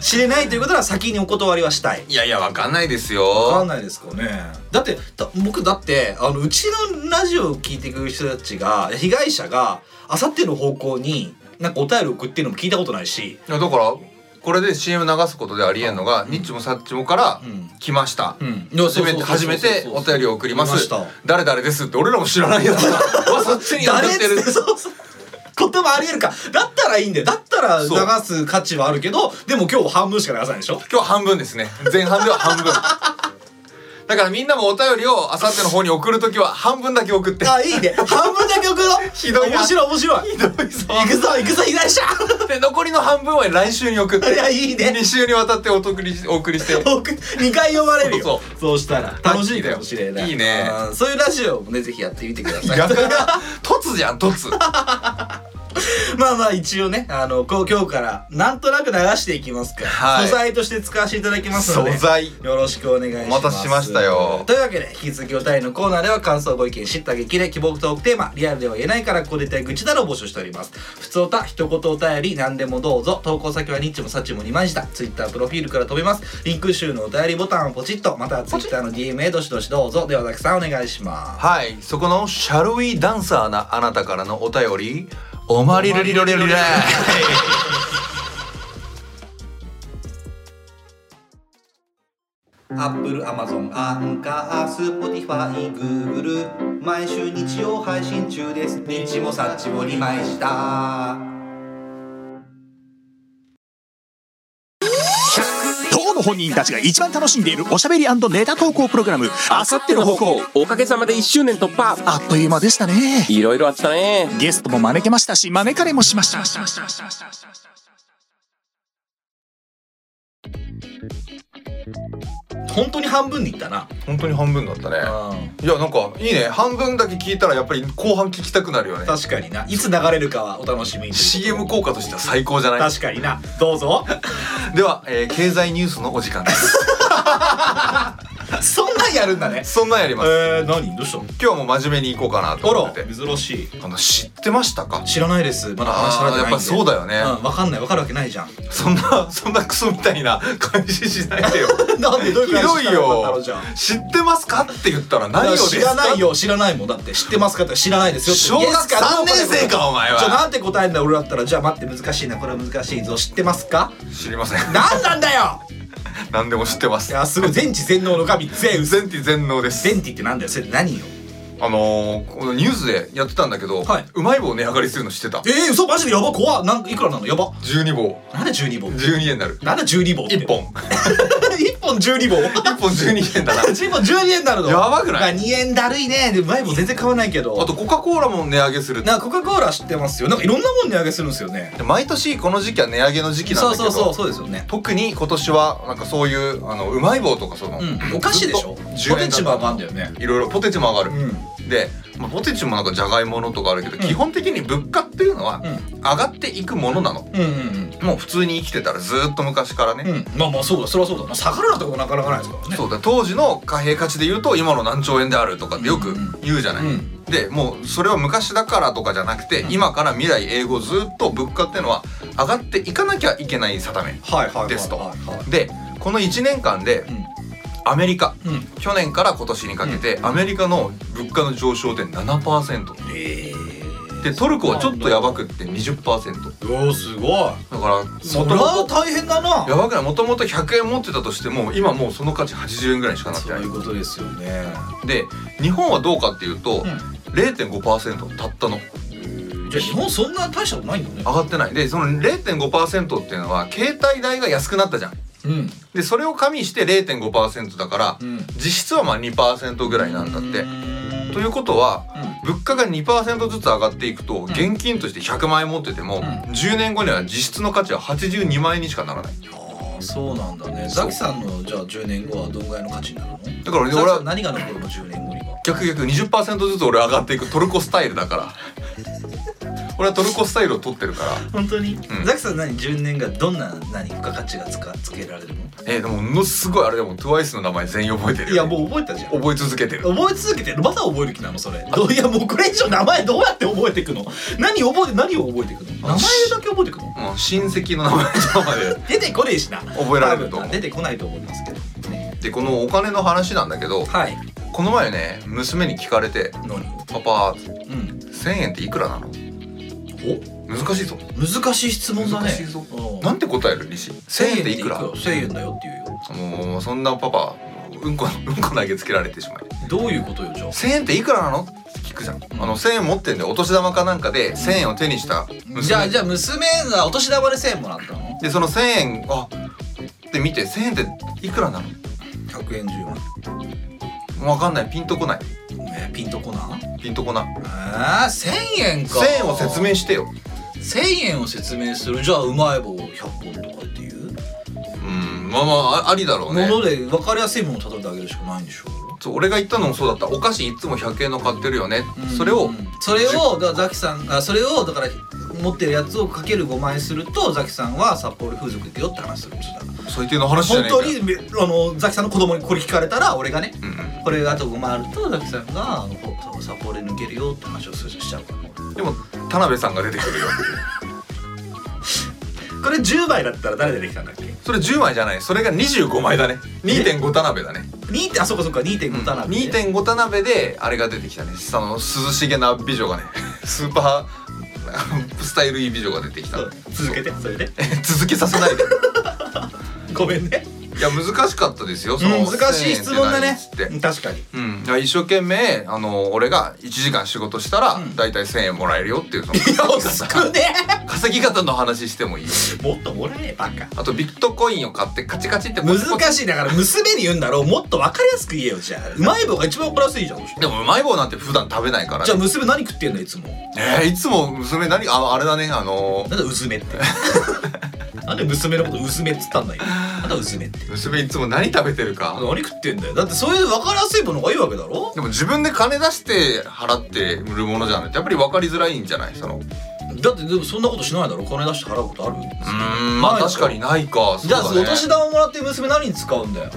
Speaker 2: しれないということは先にお断りはしたい
Speaker 1: ーいやいやわかんないです
Speaker 2: わかん
Speaker 1: よ
Speaker 2: ないですかねだってだ僕だってあのうちのラジオを聞いてくる人たちが被害者があさっての方向になんかお便り送ってるのも聞いたことないし、
Speaker 1: いやだからこれで CM 流すことでありえんのが、ニッチもサッチもから
Speaker 2: うん
Speaker 1: 来ました、
Speaker 2: うん、
Speaker 1: 初めて初めてお便りを送りま
Speaker 2: 送りますした
Speaker 1: 誰誰ですって俺らも知らないやつ だわそっちにやっ
Speaker 2: 誰っつ
Speaker 1: て
Speaker 2: って
Speaker 1: る
Speaker 2: そうそうこともありえるかだったらいいんだよだったら流
Speaker 1: そう
Speaker 2: す価値はあるけどでも今日半分しか流さないでしょ
Speaker 1: 今日半分ですね前半では半分だからみんなもお便りをあさっての方に送るときは半分だけ送 って
Speaker 2: あいいね半分だけ送ろう
Speaker 1: ひどいな
Speaker 2: 面白い面白いひどいぞ行くぞ行くぞ被害者
Speaker 1: で残りの半分は来週に送って
Speaker 2: いやいいね
Speaker 1: 2週にわたってお送りしお送りして
Speaker 2: 僕2回読まれるよ
Speaker 1: そう
Speaker 2: そうしたら楽しいかもしれない
Speaker 1: いいね
Speaker 2: あーそういうラジオもねぜひやってみてください
Speaker 1: や たら突じゃん突
Speaker 2: まあまあ一応ねあのこう今日からなんとなく流していきますから、
Speaker 1: はい
Speaker 2: 素材として使わせていただきますので
Speaker 1: 素材
Speaker 2: よろしくお願いします
Speaker 1: お待たせしましたよ
Speaker 2: というわけで引き続きお便りのコーナーでは感想ご意見知った激励希望トークテーマリアルでは言えないからここで言いたい愚痴などを募集しております普通おた一言お便り何でもどうぞ投稿先はニッチもサチも2枚舌 Twitter プロフィールから飛べますリンク集のお便りボタンをポチッとまたは Twitter の DM へどしどしどうぞではたくさんお願いします
Speaker 1: はいそこのシャルウィダンサーなあなたからのお便りおまりるりろりろりれ
Speaker 2: Apple、Amazon、アンカー、Spotify、Google 毎週日曜配信中です日もさっちも2枚した
Speaker 5: 当の本人たちが一番楽しんでいるおしゃべりネタ投稿プログラムあさっての方向
Speaker 6: おかげさまで1周年突破
Speaker 5: あっという間でしたね
Speaker 6: いろいろあったね
Speaker 5: ゲストも招けましたし招かれもしました
Speaker 2: 本当に半分にいったな
Speaker 1: 本当に半分だったね
Speaker 2: うん
Speaker 1: いやなんかいいね半分だけ聞いたらやっぱり後半聞きたくなるよね
Speaker 2: 確かにないつ流れるかはお楽しみに
Speaker 1: CM 効果としては最高じゃない
Speaker 2: 確かになどうぞ
Speaker 1: では、えー経済ニュースのお時間です
Speaker 2: そんなんやるんだね
Speaker 1: そんなんやり
Speaker 2: え
Speaker 1: ます
Speaker 2: ー、何どうしたの
Speaker 1: 今日はもう真面目に行こうかなと思っ
Speaker 2: あ
Speaker 1: て
Speaker 2: ら
Speaker 1: て
Speaker 2: 珍しい
Speaker 1: あの知ってましたか
Speaker 2: 知らないですまだ話し
Speaker 1: あ
Speaker 2: られ
Speaker 1: ー
Speaker 2: て
Speaker 1: や
Speaker 2: な
Speaker 1: っ
Speaker 2: いんで
Speaker 1: ぱそうだよね、
Speaker 2: うん、わかんないわかるわけないじゃん
Speaker 1: そんなそんなクソみたいな感じしないでよ
Speaker 2: なんでどうい
Speaker 1: ひ
Speaker 2: う
Speaker 1: ど
Speaker 2: 感
Speaker 1: い
Speaker 2: じしたらよかったの
Speaker 1: よ
Speaker 2: じゃん
Speaker 1: 知ってますかって言ったら何をですか
Speaker 2: 知らないよ知らないもんだって知ってますかって知らないですよ
Speaker 1: 小学3年生かお前
Speaker 2: じゃあ
Speaker 1: は
Speaker 2: なんて答えんだよ俺だったらじゃあ待って難しいなこれは難しいぞ知ってますか
Speaker 1: 知りません
Speaker 2: 何なんだよ
Speaker 1: 何でも知ってま
Speaker 2: い
Speaker 1: す
Speaker 2: やすごい全知全能の神ゼウス
Speaker 1: 全知全能です
Speaker 2: 全知ってなんだよそれ何よ
Speaker 1: あのー、このニュースでやってたんだけど、
Speaker 2: はいう
Speaker 1: まい棒値上がりするの知ってた
Speaker 2: えー、嘘マジでやば怖っなんいくらなのやば
Speaker 1: 12棒
Speaker 2: なんで12本
Speaker 1: 12円になる
Speaker 2: なんで12本って
Speaker 1: 1本
Speaker 2: 1本12本
Speaker 1: 1本12円だな
Speaker 2: 1本12円になるの
Speaker 1: やばくない
Speaker 2: まあ2円だるいねでうまい棒全然買わないけど
Speaker 1: あとコカ・コーラも値上げするって
Speaker 2: なんかコカ・コーラ知ってますよなんかいろんなもん値上げするんですよね
Speaker 1: 毎年この時期は値上げの時期なん
Speaker 2: そ
Speaker 1: だ
Speaker 2: う
Speaker 1: け
Speaker 2: そ
Speaker 1: ど
Speaker 2: うそうそうですよね
Speaker 1: 特に今年はなんかそういうあのうまい棒とかその、
Speaker 2: うんお菓子でしょ
Speaker 1: ずっと
Speaker 2: ポテチも上がんだよね
Speaker 1: いろいろポテチも上が
Speaker 2: う
Speaker 1: る、
Speaker 2: ん
Speaker 1: で、まあ、ポテチもなんかじゃがいものとかあるけど、
Speaker 2: ん
Speaker 1: 基本的に物価っていうのは
Speaker 2: う
Speaker 1: 上がっていくものなの、
Speaker 2: うんうん
Speaker 1: もう普通に生きてたらずーっと昔から
Speaker 2: う
Speaker 1: ね、
Speaker 2: ん、まあまあそうだそれはそうだな下がるなんてことなかなかないですからね
Speaker 1: そうだ当時の貨幣価値で言うと今の何兆円であるとかってよく言うじゃない、
Speaker 2: うん
Speaker 1: でもうそれは昔だからとかじゃなくて、今から未来英語ずーっと物価っていうのは上がっていかなきゃいけない定め
Speaker 2: はいはいはいはいはい
Speaker 1: ですとでこの1年間で
Speaker 2: うん
Speaker 1: アメリカ、
Speaker 2: うん
Speaker 1: 去年から今年にかけて、アメリカの物価の上昇で7%でトルコはちょっとやばくって20%
Speaker 2: うわすごい
Speaker 1: だから
Speaker 2: そ
Speaker 1: も
Speaker 2: れ
Speaker 1: と
Speaker 2: は
Speaker 1: もと
Speaker 2: 大変だな
Speaker 1: やばくないもともと100円持ってたとしても今もうその価値80円ぐらいにしかなって
Speaker 2: そ
Speaker 1: な
Speaker 2: う
Speaker 1: い
Speaker 2: いうことですよね
Speaker 1: で日本はどうかっていうと、
Speaker 2: ん
Speaker 1: 0.5%たったの
Speaker 2: じゃあ日本そんな大したことないんだね
Speaker 1: 上がってないでその0.5%っていうのは携帯代が安くなったじゃん
Speaker 2: うん
Speaker 1: でそれを加味して0.5%だから、
Speaker 2: うん
Speaker 1: 実質はまあ2%ぐらいなんだって。ということは、物価が2%ずつ上がっていくと現金として100万円持ってても、10年後には実質の価値は82万円にしかならない
Speaker 2: ああそうなんだねザキさんのじゃあ10年後はどんぐらいの価値になるの
Speaker 1: だからね
Speaker 2: ザキ
Speaker 1: 俺
Speaker 2: さん
Speaker 1: は
Speaker 2: 何が残るの10年後には
Speaker 1: 逆逆20%ずつ俺上がっていくトルコスタイルだから 俺はトルコスタイルを取ってるから
Speaker 2: 本当に、
Speaker 1: ん
Speaker 2: ザキさん何10年がどんな何付加価値がつかつけられるの
Speaker 1: えーでもものすごいあれでも TWICE の名前全員覚えてるよ
Speaker 2: いやもう覚えたじゃん
Speaker 1: 覚え続けてる
Speaker 2: 覚え続けてるまだ覚える気なのそれどういやもうこれ以上名前どうやって覚えていくの何覚えて何を覚えていくの名前だけ覚えていくの
Speaker 1: もう親戚の名前とかまで
Speaker 2: 出てこねえしな
Speaker 1: 覚えられると思う
Speaker 2: 多分な出てこないと思いますけど、ね、
Speaker 1: でこのお金の話なんだけど
Speaker 2: はい
Speaker 1: この前ね娘に聞かれて
Speaker 2: 何
Speaker 1: 「パパ
Speaker 2: うん
Speaker 1: 1,000円っていくらなの?」難しいぞ
Speaker 2: 難しい質問だね
Speaker 1: 難しいぞ
Speaker 2: うん
Speaker 1: なんて答える西1,000円っていくら
Speaker 2: 1000円だよっていうよ
Speaker 1: もうそんなパパうんこ うんこ投げつけられてしまい
Speaker 2: どういうことよじゃあ
Speaker 1: 1,000円っていくらなのって聞くじゃんあの1,000円持ってんでお年玉かなんかで1,000円を手にした娘
Speaker 2: じゃあじゃあ娘がお年玉で1000円もらったの
Speaker 1: でその1,000円あって見て1,000円っていくらなの
Speaker 2: 100円10万
Speaker 1: わかんないピンとこない
Speaker 2: えーピンとこな
Speaker 1: ピンとこない
Speaker 2: えー、1000円か
Speaker 1: 1,000円を説明してよ
Speaker 2: 1000円を説明するじゃあうまい棒100本とかっていう
Speaker 1: うんまあまああありだろうね
Speaker 2: もので分かりやすいものを例えてあげるしかないんでしょ
Speaker 1: そう俺が言ったのもそうだったお菓子いつも100円の買ってるよね、それ
Speaker 2: う
Speaker 1: を
Speaker 2: んそれをだからザキさんがそれをだから持ってるやつをかける5枚するとザキさんは札幌風俗行くよって話するんですよだから
Speaker 1: 最低の話じゃ
Speaker 2: 本
Speaker 1: ねえか
Speaker 2: 当
Speaker 1: よ
Speaker 2: にめあのザキさんの子供にこれ聞かれたら俺がね
Speaker 1: うんうん
Speaker 2: これあと5枚あるとザキさんがほ札幌で抜けるよって話をするしちゃうから
Speaker 1: でも田辺さんが出てくるよ
Speaker 2: これ10枚だったら誰出てきたんだっけ
Speaker 1: それ10枚じゃないそれが25枚だね2.5田辺だね
Speaker 2: 2点あそこそこ2.5だなって
Speaker 1: 2.5田辺であれが出てきたねその涼しげな美女がね スーパー スタイルいい美女が出てきた
Speaker 2: そう続けてそれで
Speaker 1: え続けさせないで
Speaker 2: ごめんね
Speaker 1: いや難しかったですよその
Speaker 2: 難しい質問だね
Speaker 1: 1000円って何っつって
Speaker 2: 確かに
Speaker 1: うん、だから一生懸命あの俺が1時間仕事したら
Speaker 2: ん
Speaker 1: 大体1,000円もらえるよっていうその
Speaker 2: いや少ね
Speaker 1: 稼ぎ方の話してもいいよ
Speaker 2: えもっともらえバカ
Speaker 1: あとビットコインを買ってカチカチってポチポチ
Speaker 2: 難しいだから娘に言うんだろうもっと分かりやすく言えよじゃあうまい棒が一番分かりやすいじゃんそしたら
Speaker 1: でもうまい棒なんて普段食べないから
Speaker 2: じゃあ娘何食ってんのいつも
Speaker 1: えー、いつも娘何ああれだねあの
Speaker 2: なんでうずめって なんで娘のことうずめっつったんだよなんでうずめって
Speaker 1: 娘いつも何食べてるか
Speaker 2: 何食ってんだよだってそういう分かりやすいものがいいわけだろ
Speaker 1: でも自分で金出して払って売るものじゃないとやっぱり分かりづらいんじゃないそのう
Speaker 2: だってでもそんなことしないだろ金出して払うことある
Speaker 1: ーんまあ
Speaker 2: ないの
Speaker 1: 確かにないかそう
Speaker 2: じゃあ
Speaker 1: だ、ね、
Speaker 2: お年玉もらって娘何に使うんだよ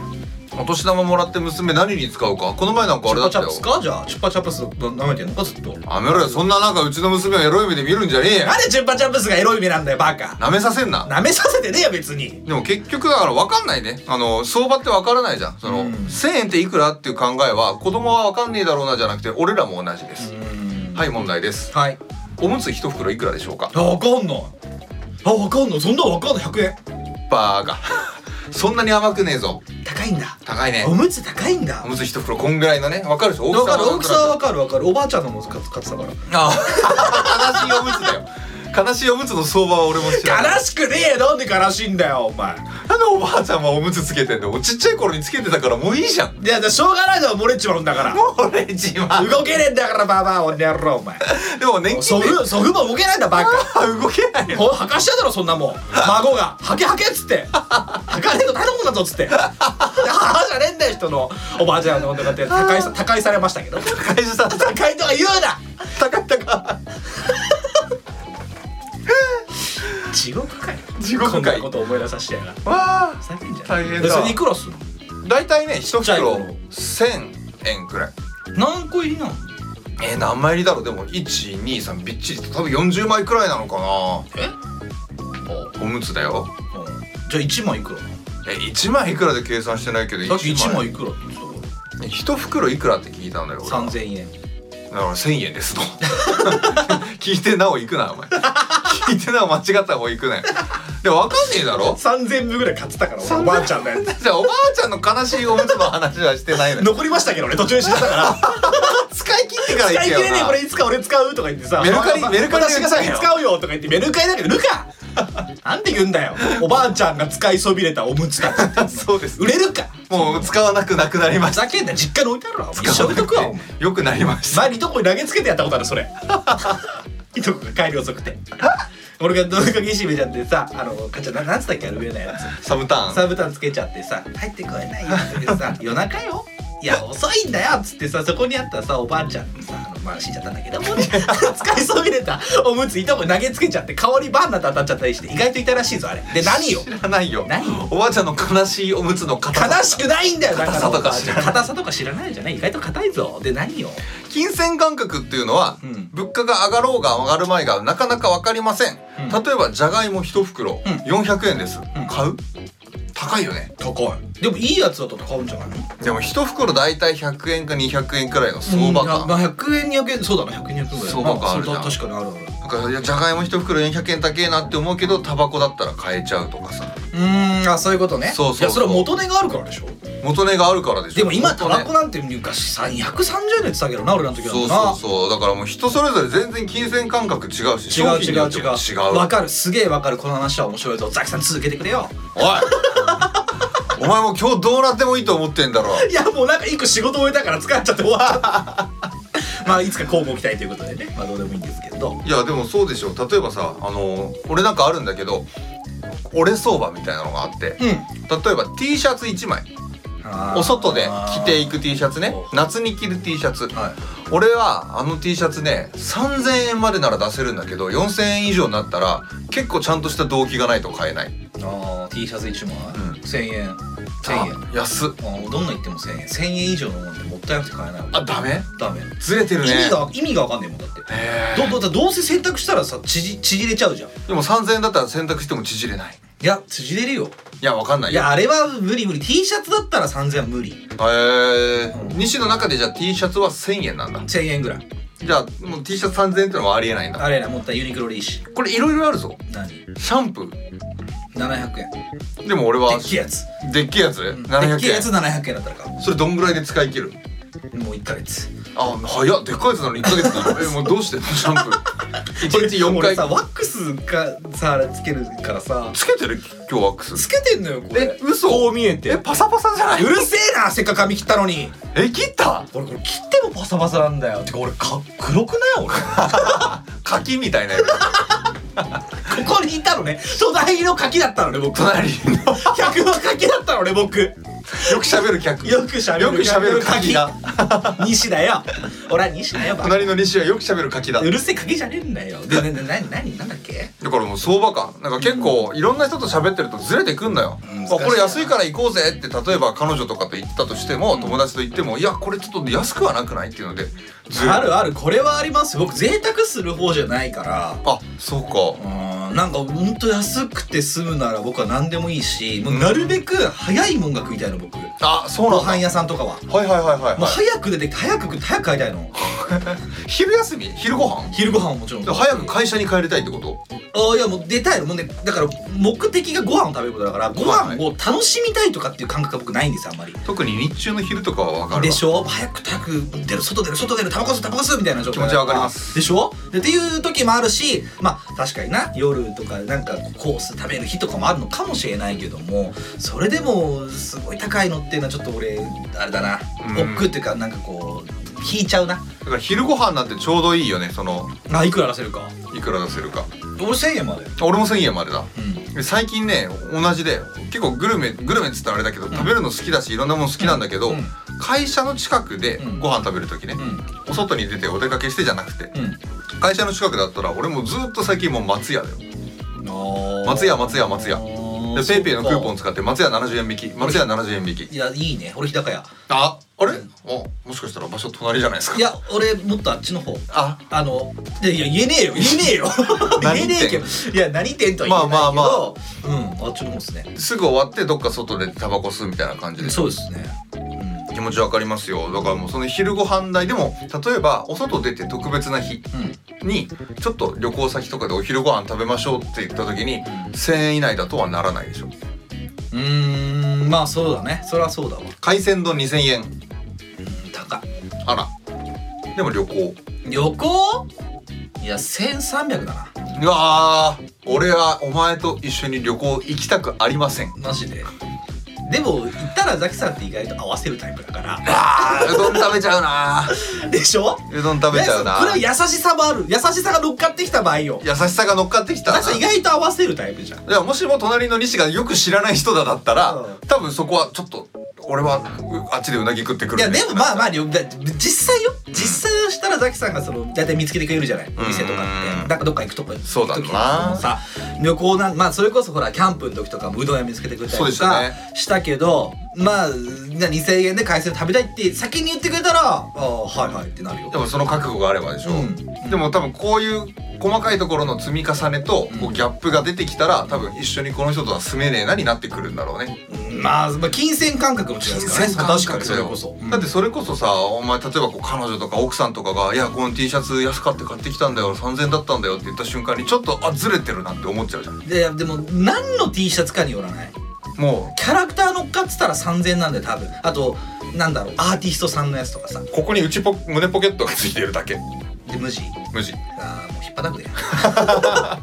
Speaker 1: お年玉もらって娘何に使うかこの前なんか
Speaker 2: チ
Speaker 1: あれ
Speaker 2: ュッ
Speaker 1: だ
Speaker 2: パ
Speaker 1: っ
Speaker 2: チャ
Speaker 1: た
Speaker 2: ッ
Speaker 1: よ
Speaker 2: プスかじゃあチュッパチャップス舐めてんのかずっと
Speaker 1: やめろよそんななんかうちの娘をエロい目で見るんじゃねえよ
Speaker 2: なんでチュッパチャップスがエロい目なんだよバカ
Speaker 1: 舐めさせんな
Speaker 2: 舐めさせてねえよ別に
Speaker 1: でも結局だから分かんないねあの相場って分からないじゃんその、
Speaker 2: うん
Speaker 1: 1,000円っていくらっていう考えは子供は分かんねえだろうなじゃなくて俺らも同じです、はい問題です
Speaker 2: はい
Speaker 1: おむつ一袋いくらでしょうか
Speaker 2: あわかんないあわかんないそんなわかんない100円
Speaker 1: バー ガそんなに甘くねえぞ
Speaker 2: 高いんだ
Speaker 1: 高いね
Speaker 2: おむつ高いんだ
Speaker 1: おむつ一袋こんぐらいのね分かるでしょ
Speaker 2: だから
Speaker 1: なんと
Speaker 2: 大き
Speaker 1: なく
Speaker 2: さはわかるわかるおばあちゃんのも買ってたから
Speaker 1: あ悲しいおむつだよ悲しいおむつの相場は俺も知 らない
Speaker 2: 悲しくねえよなんで悲しいんだよお前
Speaker 1: なんでおばあちゃんはおむつつけてんのちっちゃい頃につけてたからもういいじゃん
Speaker 2: いやだからしょうがないだろ漏れちまうんだから
Speaker 1: 俺自 慢
Speaker 2: 動けねえんだからババア女野郎お 前
Speaker 1: でも年
Speaker 2: 祖
Speaker 1: 金で
Speaker 2: 父祖父も動けないんだバカ
Speaker 1: あ動けないよ
Speaker 2: ほはかしただろそんなもん孫が「はけはけ」っつって「はかねえと頼むんだぞ」っつって「はじゃねえんだよ人のおばあちゃんの女が」って他界さ他界されましたけど
Speaker 1: 会社さん
Speaker 2: 他界とは言うな
Speaker 1: 高い高
Speaker 2: 地獄かよ
Speaker 1: い地獄
Speaker 2: こんな
Speaker 1: 界
Speaker 2: こ
Speaker 1: わ
Speaker 2: と思い出させてやがら
Speaker 1: あ
Speaker 2: ふざけんじゃない
Speaker 1: 大変
Speaker 2: でそれ
Speaker 1: だ
Speaker 2: いくらすんの
Speaker 1: 大体ね一
Speaker 2: っちゃい
Speaker 1: 袋
Speaker 2: 頃
Speaker 1: 1000円くらい
Speaker 2: 何個入りなの
Speaker 1: えー、何枚入りだろうでも123びっちりと多分40枚くらいなのかな
Speaker 2: え
Speaker 1: おむつだよ
Speaker 2: じゃあ1枚いくらなの
Speaker 1: え1枚いくらで計算してないけど
Speaker 7: さっき1
Speaker 1: 1
Speaker 7: 枚
Speaker 1: 枚
Speaker 7: いくらって言ってたか
Speaker 1: 1袋いくらって聞いたんだよ俺
Speaker 7: ら
Speaker 1: は
Speaker 7: 3000円
Speaker 1: だから1000円ですと 聞いてなお行くなお前聞いてなお間違った方行くなよでも分かんねえだろ
Speaker 2: 3000部ぐらい買ってたから俺おばあちゃんのやつ
Speaker 1: じゃあおばあちゃんの悲しいおむつの話はしてないのよ
Speaker 2: 残りましたけどね途中で死んだから
Speaker 1: 使い切ってから
Speaker 2: 使い
Speaker 1: 行
Speaker 2: 切
Speaker 1: けよ
Speaker 2: れねえこれいつか俺使うとか言ってさ
Speaker 1: メルカリ
Speaker 2: まあ
Speaker 1: メルカリで
Speaker 2: 私が先
Speaker 1: 売っちゃえよ
Speaker 2: 使うよとか言ってメルカリだけどルカなんて言うんだよおばあちゃんが使いそびれたおむつだって言って
Speaker 1: そうです
Speaker 2: 売れるか
Speaker 1: もう使わなくなくなりま
Speaker 2: ふ
Speaker 1: した
Speaker 2: ざけんな実家に置いてあるわ一緒にとくわお前
Speaker 1: よくなりました
Speaker 2: 前にとこに投げつけてやったことあるそれ いとこが帰り遅くて俺がどうにかぎしめちゃってさあのかちゃんななんつったっけあの上のやつ
Speaker 1: サブターン
Speaker 2: サブタンつけちゃってさ入ってこれないよって言 ってさ夜中よいや遅いんだよっつってさそこにあったさおばあちゃんのさあのまあ死んじゃったんだけどもね 使いそびれたおむついとこに投げつけちゃって顔にバーンなって当たっちゃったりして意外といたらしいぞあれで何よ
Speaker 1: 知らないよ
Speaker 2: 何
Speaker 1: おばあちゃんの悲しいおむつの形
Speaker 2: 悲しくないんだよだから
Speaker 1: 硬さとか知らない
Speaker 2: 硬さとか知らないじゃない意外と硬いぞで何よ
Speaker 1: 金銭感覚っていうのは、
Speaker 2: うん
Speaker 1: 物価が上がろうが上がる前がなかなか分かりません、
Speaker 2: ん
Speaker 1: 例えばじゃがいも1袋、400円です、
Speaker 2: ん
Speaker 1: 買う高いよね
Speaker 2: 高いでもいいやつだと買うんじゃないの
Speaker 1: でも1袋大体100円か200円くらいの相場
Speaker 2: うんま
Speaker 1: 感、
Speaker 2: あ100円200円そうだな100円200円ぐらい
Speaker 1: 相場感あるじゃん
Speaker 2: まそうだ確かにあるある
Speaker 1: なんかいやじゃがいも1袋400円高えなって思うけどタバコだったら買えちゃうとかさ
Speaker 2: うーんあそういうことね
Speaker 1: そうそうそう
Speaker 2: やそれは元値があるからでしょ
Speaker 1: 元値があるからでしょ
Speaker 2: でも今タバコ
Speaker 1: 元
Speaker 2: なんて昔さ230円って言ってたけどな俺らの時
Speaker 1: 値
Speaker 2: は
Speaker 1: そう
Speaker 2: な
Speaker 1: そうそうだからもう人それぞれ全然金銭感覚違うし
Speaker 2: 違
Speaker 1: 商
Speaker 2: う違
Speaker 1: 品によ
Speaker 2: う
Speaker 1: って
Speaker 2: 違
Speaker 1: も
Speaker 2: う
Speaker 1: 違う
Speaker 2: わかるすげえわかるこの話は面白いぞザキさん続けてくれよ
Speaker 1: おいお前も今日どうなってもいいと思ってんだろ
Speaker 2: いやもうなんか一個仕事終えたから疲れちゃって終わ まあいつかこうご期待ということでねまあどうでもいいんですけど
Speaker 1: いやでもそうでしょ例えばさあの俺なんかあるんだけど折れ相場みたいなのがあって
Speaker 2: うん
Speaker 1: 例えば T シャツ1枚お外で着ていく T シャツね夏に着る T シャツ、
Speaker 2: はい
Speaker 1: 俺はあの T シャツね3000円までなら出せるんだけど4000円以上になったら結構ちゃんとした動機がないと買えない
Speaker 2: あー T シャツ1枚、
Speaker 1: うん
Speaker 2: 1000円1000円
Speaker 1: あ安っ
Speaker 2: あーどんな言っても1000円1000円以上のもんってもったいなくて買えないもん
Speaker 1: あダメ
Speaker 2: ダメ
Speaker 1: ずれてるね
Speaker 2: 意味が意味が分かんねえもんだって
Speaker 1: へー
Speaker 2: どどどうせ選択したらさ縮縮れちゃうじゃんい
Speaker 1: でも3000円だったら選択しても縮れない
Speaker 2: や縮れるよ
Speaker 1: いやわかんない
Speaker 2: い
Speaker 1: よ
Speaker 2: やあれは無理無理 T シャツだったら3000円は無理
Speaker 1: へえ西の中でじゃあ T シャツは1000円なんだ
Speaker 2: 1000円ぐらい
Speaker 1: じゃあもう T シャツ3000円ってのはありえないんだ
Speaker 2: あれやなもったいユニクロでいいし
Speaker 1: これいろいろあるぞ
Speaker 2: 何
Speaker 1: シャンプー
Speaker 2: 700円で
Speaker 1: でも俺は
Speaker 2: っけえやつ
Speaker 1: でっけえやつ
Speaker 2: うんで
Speaker 1: 700
Speaker 2: っ
Speaker 1: 円
Speaker 2: けえやつ700円だったらか
Speaker 1: それどんぐらいで使い切る
Speaker 2: もう1ヶ月
Speaker 1: あ早っでっかいやつなの1ヶ月 なのえもうどうしてんのシャンプー1日4
Speaker 2: 俺
Speaker 1: 回
Speaker 2: さワックスがさあれつけるからさ
Speaker 1: つけてる今日ワックス
Speaker 2: つけてんのよこれ
Speaker 1: 嘘こう見えてえパサパサじゃないう
Speaker 2: るせえなせっかく髪切ったのに
Speaker 1: え切った
Speaker 2: 俺これ切ってもパサパサなんだよてか俺か黒くな い俺
Speaker 1: 柿みたいなやつ
Speaker 2: ここにいたのね隣の柿だったのね僕
Speaker 1: 隣の
Speaker 2: 100の柿だったのね僕よ
Speaker 1: よく喋る 客
Speaker 2: く喋る
Speaker 1: よく喋る柿が
Speaker 2: 西だよ俺は西だよバカ
Speaker 1: 隣の西はよく喋る柿だ
Speaker 2: うるせえ柿じゃねえんだよでななな何なんだっけ
Speaker 1: だからもう相場感なんか結構いろんな人と喋ってるとずれてくんだよ、
Speaker 2: ん
Speaker 1: あこれ安いから行こうぜって例えば彼女とかと行ったとしても、友達と行ってもいやこれちょっと安くはなくないっていうのでずれ
Speaker 2: あるあるこれはありますよ僕贅沢する方じゃないから
Speaker 1: あそう
Speaker 2: う
Speaker 1: か
Speaker 2: ーんなんかほんと安くて済むなら僕は何でもいいしもうなるべく早いもんが食いたいの僕
Speaker 1: あそう
Speaker 2: ご
Speaker 1: なんだ
Speaker 2: 飯屋さんとかは
Speaker 1: はいはいはいはい、
Speaker 2: もう
Speaker 1: は
Speaker 2: 早く出てきて早く食って早く買いたいの
Speaker 1: い、 昼休み昼ご飯
Speaker 2: 昼ご飯はもちろん
Speaker 1: で早く会社に帰りたいってこと
Speaker 2: あいやもう出たいのもうねだから目的がご飯を食べることだからご飯を楽しみたいとかっていう感覚が僕ないんですよあんまり
Speaker 1: 特に日中の昼とかは分かるわ
Speaker 2: でしょ早く早く出る外出る外出るタバコ吸うタバコ吸うみたいな状態
Speaker 1: 気持ちはわかります
Speaker 2: でしょでっていう時もあるしまあ確かにな夜とかなんかコース食べる日とかもあるのかもしれないけどもそれでもすごい高いのっていうのはちょっと俺あれだな
Speaker 1: うん
Speaker 2: 億劫っていうかなんかこう引いちゃうな
Speaker 1: だから昼ご飯なんてちょうどいいよねその
Speaker 2: あいくら出せるか
Speaker 1: いくら出せるか
Speaker 2: 俺1000円まで
Speaker 1: 俺も1000円までだ
Speaker 2: うん
Speaker 1: で最近ね同じで結構グルメグルメっつったらあれだけど、食べるの好きだしいろんなもの好きなんだけど、
Speaker 2: うん
Speaker 1: 会社の近くで
Speaker 2: うん
Speaker 1: ご飯食べる時ね、お外に出てお出かけしてじゃなくて、
Speaker 2: うんうん
Speaker 1: 会社の近くだったら俺もずっと最近もう松屋だよ松屋松屋松屋でペイペイのクーポン使って松屋70円引き松屋70円引き
Speaker 2: いやいいね俺日高屋
Speaker 1: ああれあもしかしたら場所隣じゃないですか
Speaker 2: いや俺もっとあっちの方
Speaker 1: あ
Speaker 2: あのいやいや言えねえよ言えねえよ 言え
Speaker 1: 何店
Speaker 2: ねえけどいや何店とは言えないけど、
Speaker 1: まあまあ
Speaker 2: うんあっちの方ですね
Speaker 1: すぐ終わってどっか外でタバコ吸うみたいな感じで
Speaker 2: そうですね
Speaker 1: 気持ちわかりますよだからもうその昼ご飯代でも例えばお外出て特別な日にちょっと旅行先とかでお昼ご飯食べましょうって言った時に1,000円以内だとはならないでしょ
Speaker 2: うんうーんまあそうだねそりゃそうだわ
Speaker 1: 海鮮丼2,000円
Speaker 2: 高い
Speaker 1: あらでも旅行
Speaker 2: 旅行いや1300だな
Speaker 1: うわー俺はお前と一緒に旅行行きたくありません
Speaker 2: マジででも行ったらザキさんって意外と合わせるタイプだから
Speaker 1: あーうどん食べちゃうな
Speaker 2: でしょ
Speaker 1: うどん食べちゃうな
Speaker 2: これは優しさもある優しさが乗っかってきた場合よ
Speaker 1: 優しさが乗っかってきた
Speaker 2: ザ
Speaker 1: な
Speaker 2: キさん意外と合わせるタイプじゃん
Speaker 1: いやもしも隣の西がよく知らない人だだったら、
Speaker 2: うん
Speaker 1: 多分そこはちょっと俺はうあっちでうなぎ食ってくる
Speaker 2: いやでもまあま
Speaker 1: あ
Speaker 2: ありょだ実際よ実際をしたらザキさんがその大体見つけてくれるじゃないお店とかっ
Speaker 1: うん
Speaker 2: てなんかどっか行くとこ
Speaker 1: そうだな
Speaker 2: 行く時もさ旅行なんまあそれこそほらキャンプの時とかもうどん屋見つけてくれた
Speaker 1: そう
Speaker 2: り
Speaker 1: で
Speaker 2: と
Speaker 1: した
Speaker 2: か
Speaker 1: ね
Speaker 2: したけどまあじゃあ2,000円で海鮮食べたいって先に言ってくれたらああはいはいってなるよ
Speaker 1: でもその覚悟があればでしょ、
Speaker 2: うん
Speaker 1: でも多分こういう細かいところの積み重ねとこうギャップが出てきたら多分一緒にこの人とは住めねえなになってくるんだろうね
Speaker 2: まあ、まあ、金銭感覚の違いですからね。確かにそれこそ。
Speaker 1: だってそれこそさお前例えばこう彼女とか奥さんとかが「いやこの T シャツ安かって買ってきたんだよ3,000だったんだよ」って言った瞬間にちょっとあずれてるなって思っちゃうじゃん
Speaker 2: ででも何の T シャツかによらない。
Speaker 1: も
Speaker 2: キャラクター乗っかってたら3000なんで多分。あとなんだろうアーティストさんのやつとかさ。
Speaker 1: うここに内ポ胸ポケットがついてるだけ
Speaker 2: で無地。
Speaker 1: 無地
Speaker 2: ああもう引っ張らくで。 オーバ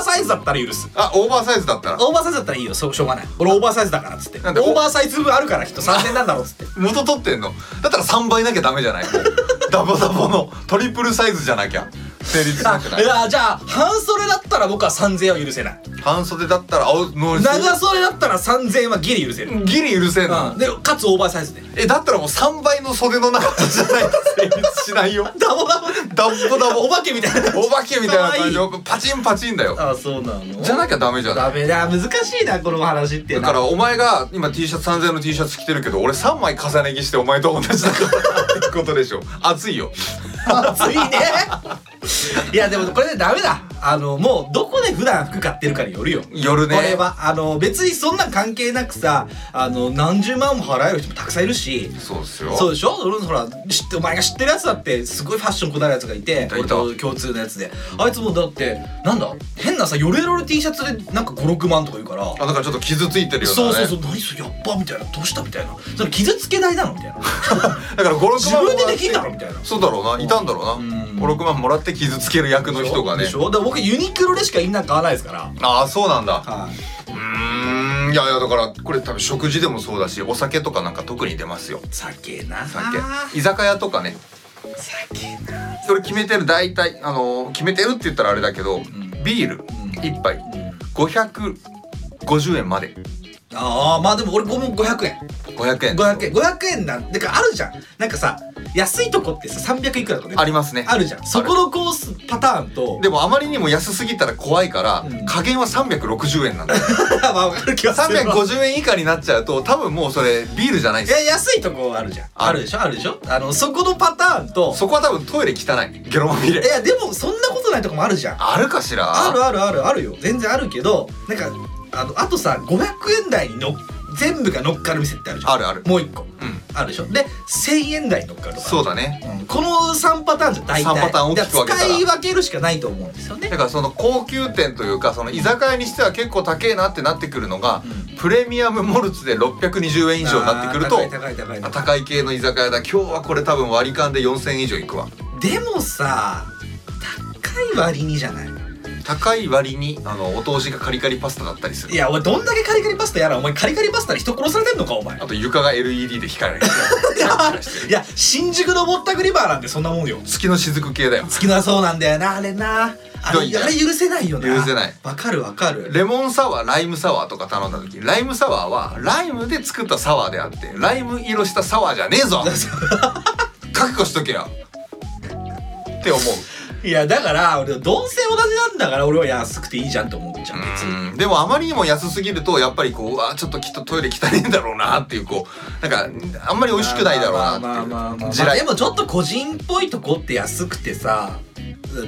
Speaker 2: ーサイズだったら許す。
Speaker 1: あオーバーサイズだったら
Speaker 2: オーバーサイズだったらいいよ。そうしょうがない。俺オーバーサイズだからっつって。オ
Speaker 1: なんで
Speaker 2: ーバーサイズ分あるからきっと3000なんだろうっつ って。
Speaker 1: 元取ってんのだったら3倍なきゃダメじゃないもう ダボダボのトリプルサイズじゃなきゃ成立しな
Speaker 2: あ
Speaker 1: く
Speaker 2: い
Speaker 1: ない
Speaker 2: やじゃあ半袖だったら僕は3000は許せない
Speaker 1: 半袖だったら青の
Speaker 2: 長袖だったら3000はギリ許せる、
Speaker 1: ギリ許せんの、
Speaker 2: うん、でかつオーバーサイズで
Speaker 1: えだったらもう3倍の袖の長さじゃないと成立しないよ
Speaker 2: ダボダボで
Speaker 1: ダッボダボ
Speaker 2: お化けみたいな
Speaker 1: お化けみたいな感じのパチンパチンだよ
Speaker 2: あそうなの
Speaker 1: じゃなきゃダメじゃない
Speaker 2: ダメだ難しいなこの話って
Speaker 1: だからお前が今 T シャツ3000円の T シャツ着てるけど俺3枚重ね着してお前と同じだ からってことでしょ熱いよ
Speaker 2: らついね いやでもこれでダメだあのもうどこで普段服買ってるかによるよ
Speaker 1: 夜ね
Speaker 2: これはあの別にそんなん関係なくさあの何十万も払える人もたくさんいるし
Speaker 1: そうっすよ
Speaker 2: そうでしょ俺もほら知ってお前が知ってるやつだってすごいファッションこだわるやつがいて
Speaker 1: たい
Speaker 2: 俺
Speaker 1: た
Speaker 2: と共通のやつであいつもだってなんだ変なさヨレヨレ T シャツでなんか56万とか言うから
Speaker 1: あだからちょっと傷ついてるような
Speaker 2: そ
Speaker 1: ね
Speaker 2: うそうそう何それやっばみたいなどうしたみたいなそれ傷つけないなのみた いな
Speaker 1: だから56万
Speaker 2: 自分でできんだろみたいな
Speaker 1: そうだろうないたんだろうな56万もらって傷つける役の人がね
Speaker 2: でしょで僕ユニクロでしかみんな買わないですから
Speaker 1: ああそうなんだ
Speaker 2: は
Speaker 1: うーんいやいやだからこれ多分食事でもそうだしお酒とかなんか特に出ますよ
Speaker 2: い酒な
Speaker 1: 酒居酒屋とかね
Speaker 2: 酒な
Speaker 1: それ決めてる大体あのー決めてるって言ったらあれだけど、ビール1杯550円まで
Speaker 2: ああまあでも俺5 500円
Speaker 1: 500円
Speaker 2: 500円500円なんだからあるじゃんなんかさ安いとこってさ300いくらとかね
Speaker 1: ありますね
Speaker 2: あるじゃんそこのコースパターンと
Speaker 1: でもあまりにも安すぎたら怖いから、
Speaker 2: うん
Speaker 1: 加減は360円なん だよ
Speaker 2: まあわかる気がするわ
Speaker 1: 350円以下になっちゃうと多分もうそれビールじゃないで
Speaker 2: い
Speaker 1: す
Speaker 2: や安いとこあるじゃん
Speaker 1: ある
Speaker 2: あるでしょあるでしょあのそこのパターンと
Speaker 1: そこは多分トイレ汚いゲロまみ
Speaker 2: い
Speaker 1: れ
Speaker 2: やでもそんなことないとこもあるじゃん
Speaker 1: あるかしら
Speaker 2: あるあるあるあるよ全然あるけどなんかあのあとさ500円台にの全部が乗っかる店ってあるじゃん
Speaker 1: あるある
Speaker 2: もう一個、
Speaker 1: ん
Speaker 2: あるでしょで1000円台に乗っかるとか
Speaker 1: そうだね
Speaker 2: うんこの3パターンじゃ大体
Speaker 1: 三パターン大きく分けたら
Speaker 2: だから使い分けるしかないと思うんですよね
Speaker 1: だからその高級店というかその居酒屋にしては結構高えなってなってくるのが、
Speaker 2: う
Speaker 1: プレミアムモルツで620円以上になってくると
Speaker 2: あー高い高い高い
Speaker 1: あ高い系の居酒屋だ今日はこれ多分割り勘で4000円以上いくわ
Speaker 2: でもさ高い割にじゃない
Speaker 1: 高い割にあのお通しがカリカリパスタだったりする
Speaker 2: いや俺どんだけカリカリパスタやらお前カリカリパスタで人殺されてんのかお前
Speaker 1: あと床が LED で光ら れてるキラキラしてる
Speaker 2: いや新宿のぼったくりバーなんてそんなもんよ
Speaker 1: 月の雫系だよ
Speaker 2: 好きなそうなんだよなあれな
Speaker 1: ひ
Speaker 2: あ
Speaker 1: どい
Speaker 2: れ
Speaker 1: ね
Speaker 2: あれ許せないよな
Speaker 1: 許せない
Speaker 2: わかるわかる
Speaker 1: レモンサワーライムサワーとか頼んだ時ライムサワーはライムで作ったサワーであってライム色したサワーじゃねえ ぞ覚悟しとけよって思う
Speaker 2: いやだから俺どうせ同じなんだから俺は安くていいじゃんと思っちゃう別に
Speaker 1: うんでもあまりにも安すぎるとやっぱりこううわちょっときっとトイレ汚いんだろうなっていうこうなんかあんまり美味しくないだろうなって
Speaker 2: まあまあまあまあまあ
Speaker 1: いう地
Speaker 2: まあで
Speaker 1: 雷
Speaker 2: もちょっと個人っぽいとこって安くてさ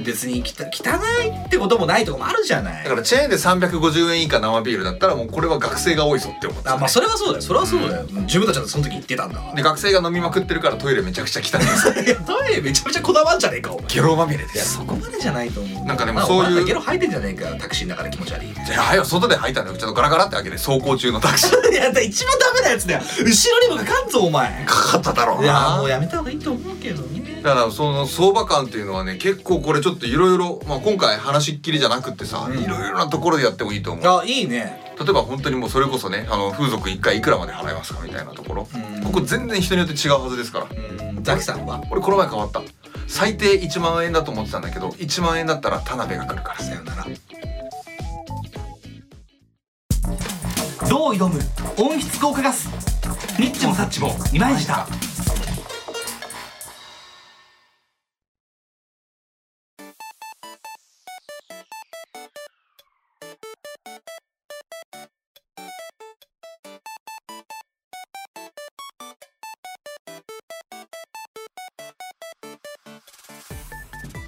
Speaker 2: 別にきた汚いってこともないとこもあるじゃない
Speaker 1: だからチェーンで350円以下生ビールだったらもうこれは学生が多いぞって思ってた
Speaker 2: あまあそれはそうだよそれはそうだよ、自分たちはその時言ってたんだわ
Speaker 1: で学生が飲みまくってるからトイレめちゃくちゃ汚いです
Speaker 2: いやトイレめちゃめちゃこだわんじゃねえかお前
Speaker 1: ゲロまみれで
Speaker 2: いや
Speaker 1: す
Speaker 2: そこまでじゃないと思う
Speaker 1: なんかでも
Speaker 2: まあ
Speaker 1: そういう
Speaker 2: お前らゲロ吐いてんじゃねえかタクシーの中で気持ち悪いい
Speaker 1: いやはよ外で吐いたんだよちょっとガラガラって開けて走行中のタクシー
Speaker 2: やだ一番ダメなやつだよ後ろにもかかんぞお前
Speaker 1: かかっただろう
Speaker 2: いやもう
Speaker 1: な
Speaker 2: やめた方がいいと思うけどね
Speaker 1: だからその相場感っていうのはね結構これちょっといろいろ今回話っきりじゃなくってさいろいろなところでやってもいいと思う
Speaker 2: あいいね
Speaker 1: 例えば本当にもうそれこそねあの風俗1回いくらまで払いますかみたいなところ
Speaker 2: うん
Speaker 1: ここ全然人によって違うはずですから
Speaker 2: うんザキさんは
Speaker 1: 俺この前変わった最低1万円だと思ってたんだけど1万円だったら田辺が来るから
Speaker 2: さよなら
Speaker 8: どう挑む温室効果ガスニッチもサッチも二枚舌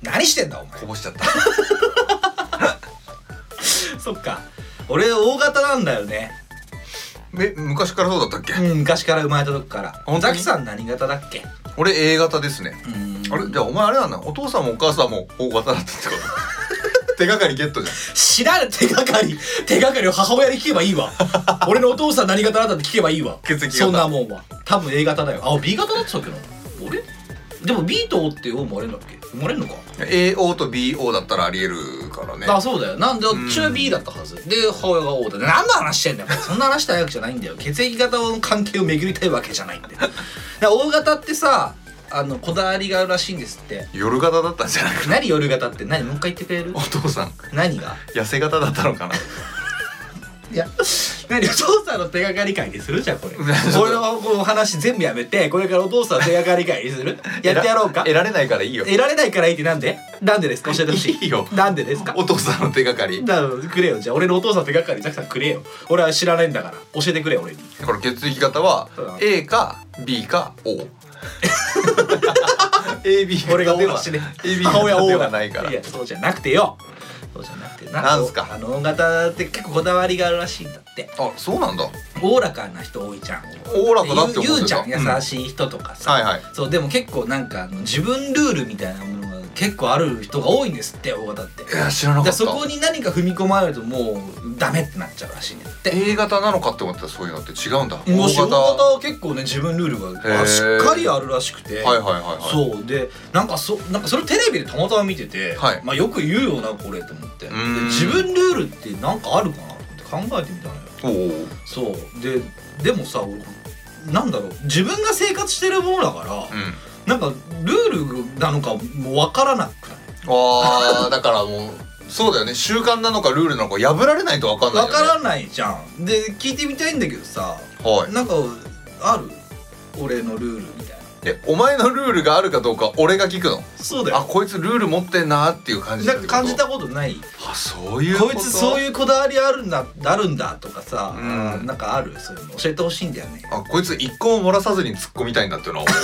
Speaker 2: 何してんだお前
Speaker 1: こぼしちゃった
Speaker 2: そっか俺大型なんだよ ね
Speaker 1: え昔からそうだったっけ
Speaker 2: うん昔から生まれたとこから
Speaker 1: 本当
Speaker 2: ザ
Speaker 1: に
Speaker 2: キさん何型だっけ
Speaker 1: 俺 A 型ですね
Speaker 2: うん
Speaker 1: あれじゃあお前あれなんだお父さんもお母さんも O 型だったってこと 手がかりゲットじゃ
Speaker 2: 知らん手がかり 手がかりを母親に聞けばいい わ俺のお父さん何型だったって聞けばいいわ
Speaker 1: 血液型
Speaker 2: そんなもんは多分 A 型だよあ B 型だってたっけな俺でも B と O って O もあれんだっけ生まれんのか、
Speaker 1: ん AO と BO だったらありえるからね
Speaker 2: あそうだよなんで
Speaker 1: ん
Speaker 2: 中 B だったはずで母親が O だ何の話してんだよ そんな話したいわけじゃないんだよ血液型の関係を巡りたいわけじゃ ないんだよだから O 型ってさあのこだわりがあるらしいんですって
Speaker 1: 夜型だったんじゃない
Speaker 2: 何夜型って何もう一回言ってくれる
Speaker 1: お父さん
Speaker 2: 何が
Speaker 1: 痩せ型だったのかない
Speaker 2: や、何お父さんの手がかり会にするじゃん これ。
Speaker 1: や
Speaker 2: 俺のこの話全部やめて、これからお父さんの手がかり会にす る。 やってやろうか。
Speaker 1: 得られないからいいよ
Speaker 2: 得られないからいいってなんで？なんでですか？教えてほしい。
Speaker 1: いいよ
Speaker 2: なんでですか？
Speaker 1: お父さんの手がかり
Speaker 2: だからくれよじゃあ俺のお父さんの手がかりザキさんくれよ。俺は知らないんだから教えてくれよ俺に。
Speaker 1: だから血液型は
Speaker 2: うん
Speaker 1: A か B か O AB
Speaker 2: 俺が O
Speaker 1: で
Speaker 2: だ
Speaker 1: は
Speaker 2: しね
Speaker 1: AB
Speaker 2: 母親
Speaker 1: 型
Speaker 2: O
Speaker 1: で
Speaker 2: だ
Speaker 1: はないから
Speaker 2: いやそうじゃなくてよ。そうじゃなくて
Speaker 1: なんすか
Speaker 2: あの大型って結構こだわりがあるらしいんだって。
Speaker 1: あそうなんだ
Speaker 2: おおらかな人多いじゃん。
Speaker 1: おおらかだって思ってた
Speaker 2: ゆうゆうちゃん優
Speaker 1: うん
Speaker 2: しい人とかさ。
Speaker 1: はいはい
Speaker 2: そうでも結構なんかあの自分ルールみたいなものが結構ある人が多いんですって大型って
Speaker 1: いや知らなか
Speaker 2: だ
Speaker 1: っ
Speaker 2: か
Speaker 1: た
Speaker 2: らそこに何か踏み込まれるともうダメってなっちゃうらしいんだって、
Speaker 1: A 型なのかって思ったらそういうのって違うんだ
Speaker 2: もう
Speaker 1: O
Speaker 2: 仕事
Speaker 1: 型
Speaker 2: は結構ね自分ルール
Speaker 1: へ
Speaker 2: が
Speaker 1: ー
Speaker 2: しっかりあるらしくて、
Speaker 1: はいはいはいはい
Speaker 2: そうでなんかそなんかそれをテレビでたまたま見てて、
Speaker 1: はい
Speaker 2: まあ、よく言うよなこれと思ってで
Speaker 1: ーん
Speaker 2: 自分ルールってなんかあるかなって考えてみたのよ
Speaker 1: おお
Speaker 2: そうででもさ俺なんだろう自分が生活してるものだから、
Speaker 1: うん
Speaker 2: なんかルールなのかもうわからなくない
Speaker 1: あーだからもうそうだよね習慣なのかルールなのか破られないと分かんない
Speaker 2: わ
Speaker 1: よね
Speaker 2: からないじゃんで聞いてみたいんだけどさ
Speaker 1: はい
Speaker 2: なんかある俺のルールみたいな
Speaker 1: えお前のルールがあるかどうか俺が聞くの
Speaker 2: そうだ
Speaker 1: あ
Speaker 2: よ
Speaker 1: こいつルール持ってんなっていう感じ
Speaker 2: なんか感じ
Speaker 1: って
Speaker 2: たことない
Speaker 1: ことあそういう
Speaker 2: こいつそう
Speaker 1: う
Speaker 2: いうこだわりあるんだあるんだとかさ、
Speaker 1: うん
Speaker 2: なんかあるそういうの教えてほしいんだよね
Speaker 1: あこいつ一個も漏らさずに突っ込みたいんだっていうのは思う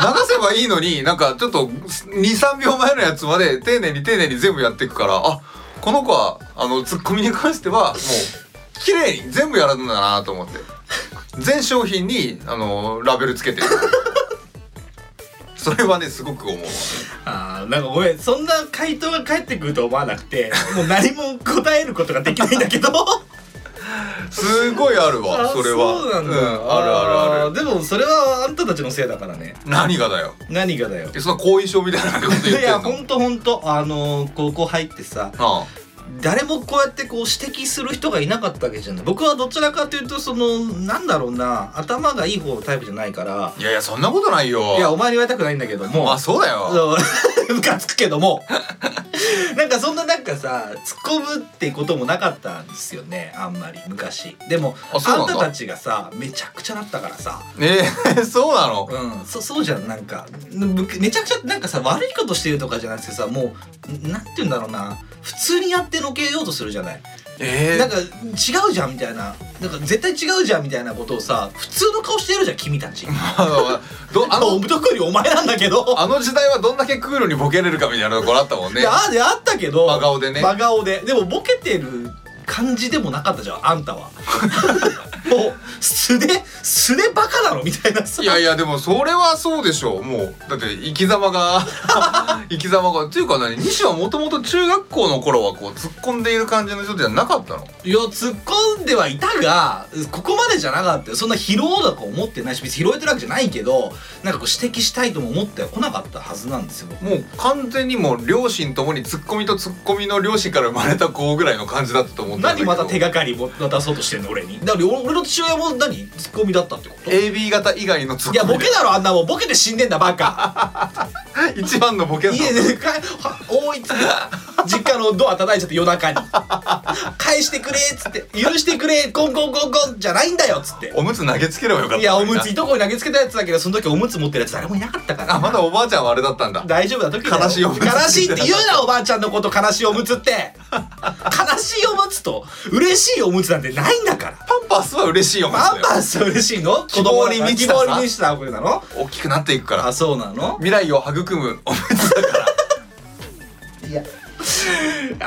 Speaker 1: 流せばいいのになんかちょっと23秒前のやつまで丁寧に丁寧に全部やっていくからあこの子はあのツッコミに関してはもう綺麗に全部やるんだなと思って全商品にあのラベルつけてるそれはねすごく思うわ
Speaker 2: あーなんかごめんそんな回答が返ってくると思わなくてもう何も答えることができないんだけど
Speaker 1: すごいあるわ
Speaker 2: あ
Speaker 1: それは
Speaker 2: そうなんだ、
Speaker 1: んあるあるあ
Speaker 2: ー
Speaker 1: る
Speaker 2: でもそれはあんたたちのせいだからね
Speaker 1: 何がだよ
Speaker 2: 何がだよ
Speaker 1: えそんな後遺症みたいなこと言ってんの
Speaker 2: いやほんとほんとあのー高校入ってさ
Speaker 1: ああ
Speaker 2: 誰もこうやってこう指摘する人がいなかったわけじゃない僕はどちらかというとそのなんだろうな頭がいい方のタイプじゃないから
Speaker 1: いやいやそんなことないよ
Speaker 2: いやお前に言われたくないんだけども
Speaker 1: まあそうだよ
Speaker 2: そう ムカつくけども なんかそんななんかさ突っ込むってこともなかったんですよねあんまり昔でもあ
Speaker 1: あそうなん
Speaker 2: ん
Speaker 1: だ
Speaker 2: たたちがさめちゃくちゃだったからさ
Speaker 1: えー、 そうなの
Speaker 2: うん、そそうじゃんなんかむめちゃくちゃなんかさ悪いことしてるとかじゃなくてさもうんなんて言うんだろうな普通にやってのけようとするじゃない
Speaker 1: え
Speaker 2: なんか違うじゃんみたいななんか絶対違うじゃんみたいなことをさ普通の顔してやるじゃん君たち
Speaker 1: あのどあ
Speaker 2: あの
Speaker 1: の
Speaker 2: 特にお前なんだけど
Speaker 1: あの時代はどんだけクールにボケれるかみたいなところあったもんね
Speaker 2: いやああったけど
Speaker 1: 真顔でね
Speaker 2: 真顔ででもボケてる感じでもなかったじゃんあん たはもう素で素でバカなのみたいなさ
Speaker 1: いやいやでもそれはそうでしょうもうだって生き様 が生き様がっていうか何西はもともと中学校の頃はこう突っ込んでいる感じの人じゃなかったの
Speaker 2: いや突っ込んではいたがここまでじゃなかったよそんな拾おうだとか思ってないし別に拾えてるわけじゃないけどなんかこう指摘したいとも思ってはこなかったはずなんですよ
Speaker 1: もう完全にもう両親ともにツッコミとツッコミの両親から生まれた子ぐらいの感じだったと思うんだけ
Speaker 2: 何
Speaker 1: ど
Speaker 2: また手がかりも出そうとしてんの俺にだから俺俺の父親も何ツッコミだったってことい
Speaker 1: AB 型以外のツッコミ
Speaker 2: やボケだろあんなもんボケて死んでんだバカ
Speaker 1: 一番のボケだ
Speaker 2: 家でかおいっつって実家のドア叩いちゃって夜中に 返してくれっつって許してくれコンコンコンコンじゃないんだよっつって
Speaker 1: おむつ投げつければよかった
Speaker 2: いやおむついとこに投げつけたやつだけどその時おむつ持ってるやつ誰もいなかったから
Speaker 1: あまだおばあちゃんはあれだったんだ
Speaker 2: 大丈夫な時だよ
Speaker 1: 悲しいおむつ
Speaker 2: 悲しいって言うなおばあちゃんのこと悲しいおむつって悲しいおむつと嬉しいおむつなんてないんだから
Speaker 1: パンパースは嬉しいよ
Speaker 2: バンバ
Speaker 1: マ
Speaker 2: ン
Speaker 1: ジ
Speaker 2: ス嬉しいの
Speaker 1: 希望に満ちたさ
Speaker 2: 希望に満ちたこれなの
Speaker 1: で大きくなっていくから
Speaker 2: あそうなの
Speaker 1: 未来を育むおむつだから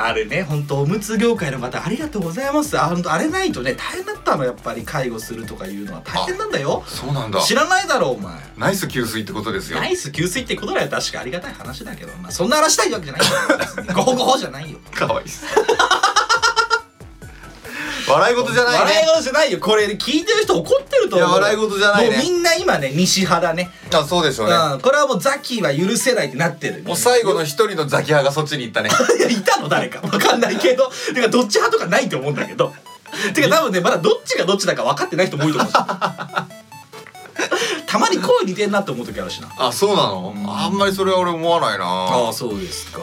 Speaker 2: あれね本当おむつ業界の方ありがとうございますあ本当あれないとね大変だったのやっぱり介護するとかいうのは大変なんだよ
Speaker 1: そうなんだ
Speaker 2: 知らないだろうお前
Speaker 1: ナイス給水ってことですよ
Speaker 2: ナイス給水ってことだよ確かありがたい話だけど、まあ、そんな話したいわけじゃないよ 別にごほごほじゃないよ
Speaker 1: かわいいっす笑い事じゃないね
Speaker 2: 笑い事じゃないよこれ聞いてる人怒ってると思う
Speaker 1: いや笑い事じゃないね
Speaker 2: もうみんな今ね西派だね
Speaker 1: あそうでしょうね、
Speaker 2: うんこれはもうザキは許せないってなってる
Speaker 1: もう最後の一人のザキ派がそっちに行ったね
Speaker 2: いやいたの誰か分かんないけどてかどっち派とかないと思うんだけどてか多分ねまだどっちがどっちだか分かってない人も多いと 思うしたまに声似てんなって思う時あるしな
Speaker 1: あそうなの、あんまりそれは俺思わないな
Speaker 2: あそうですか、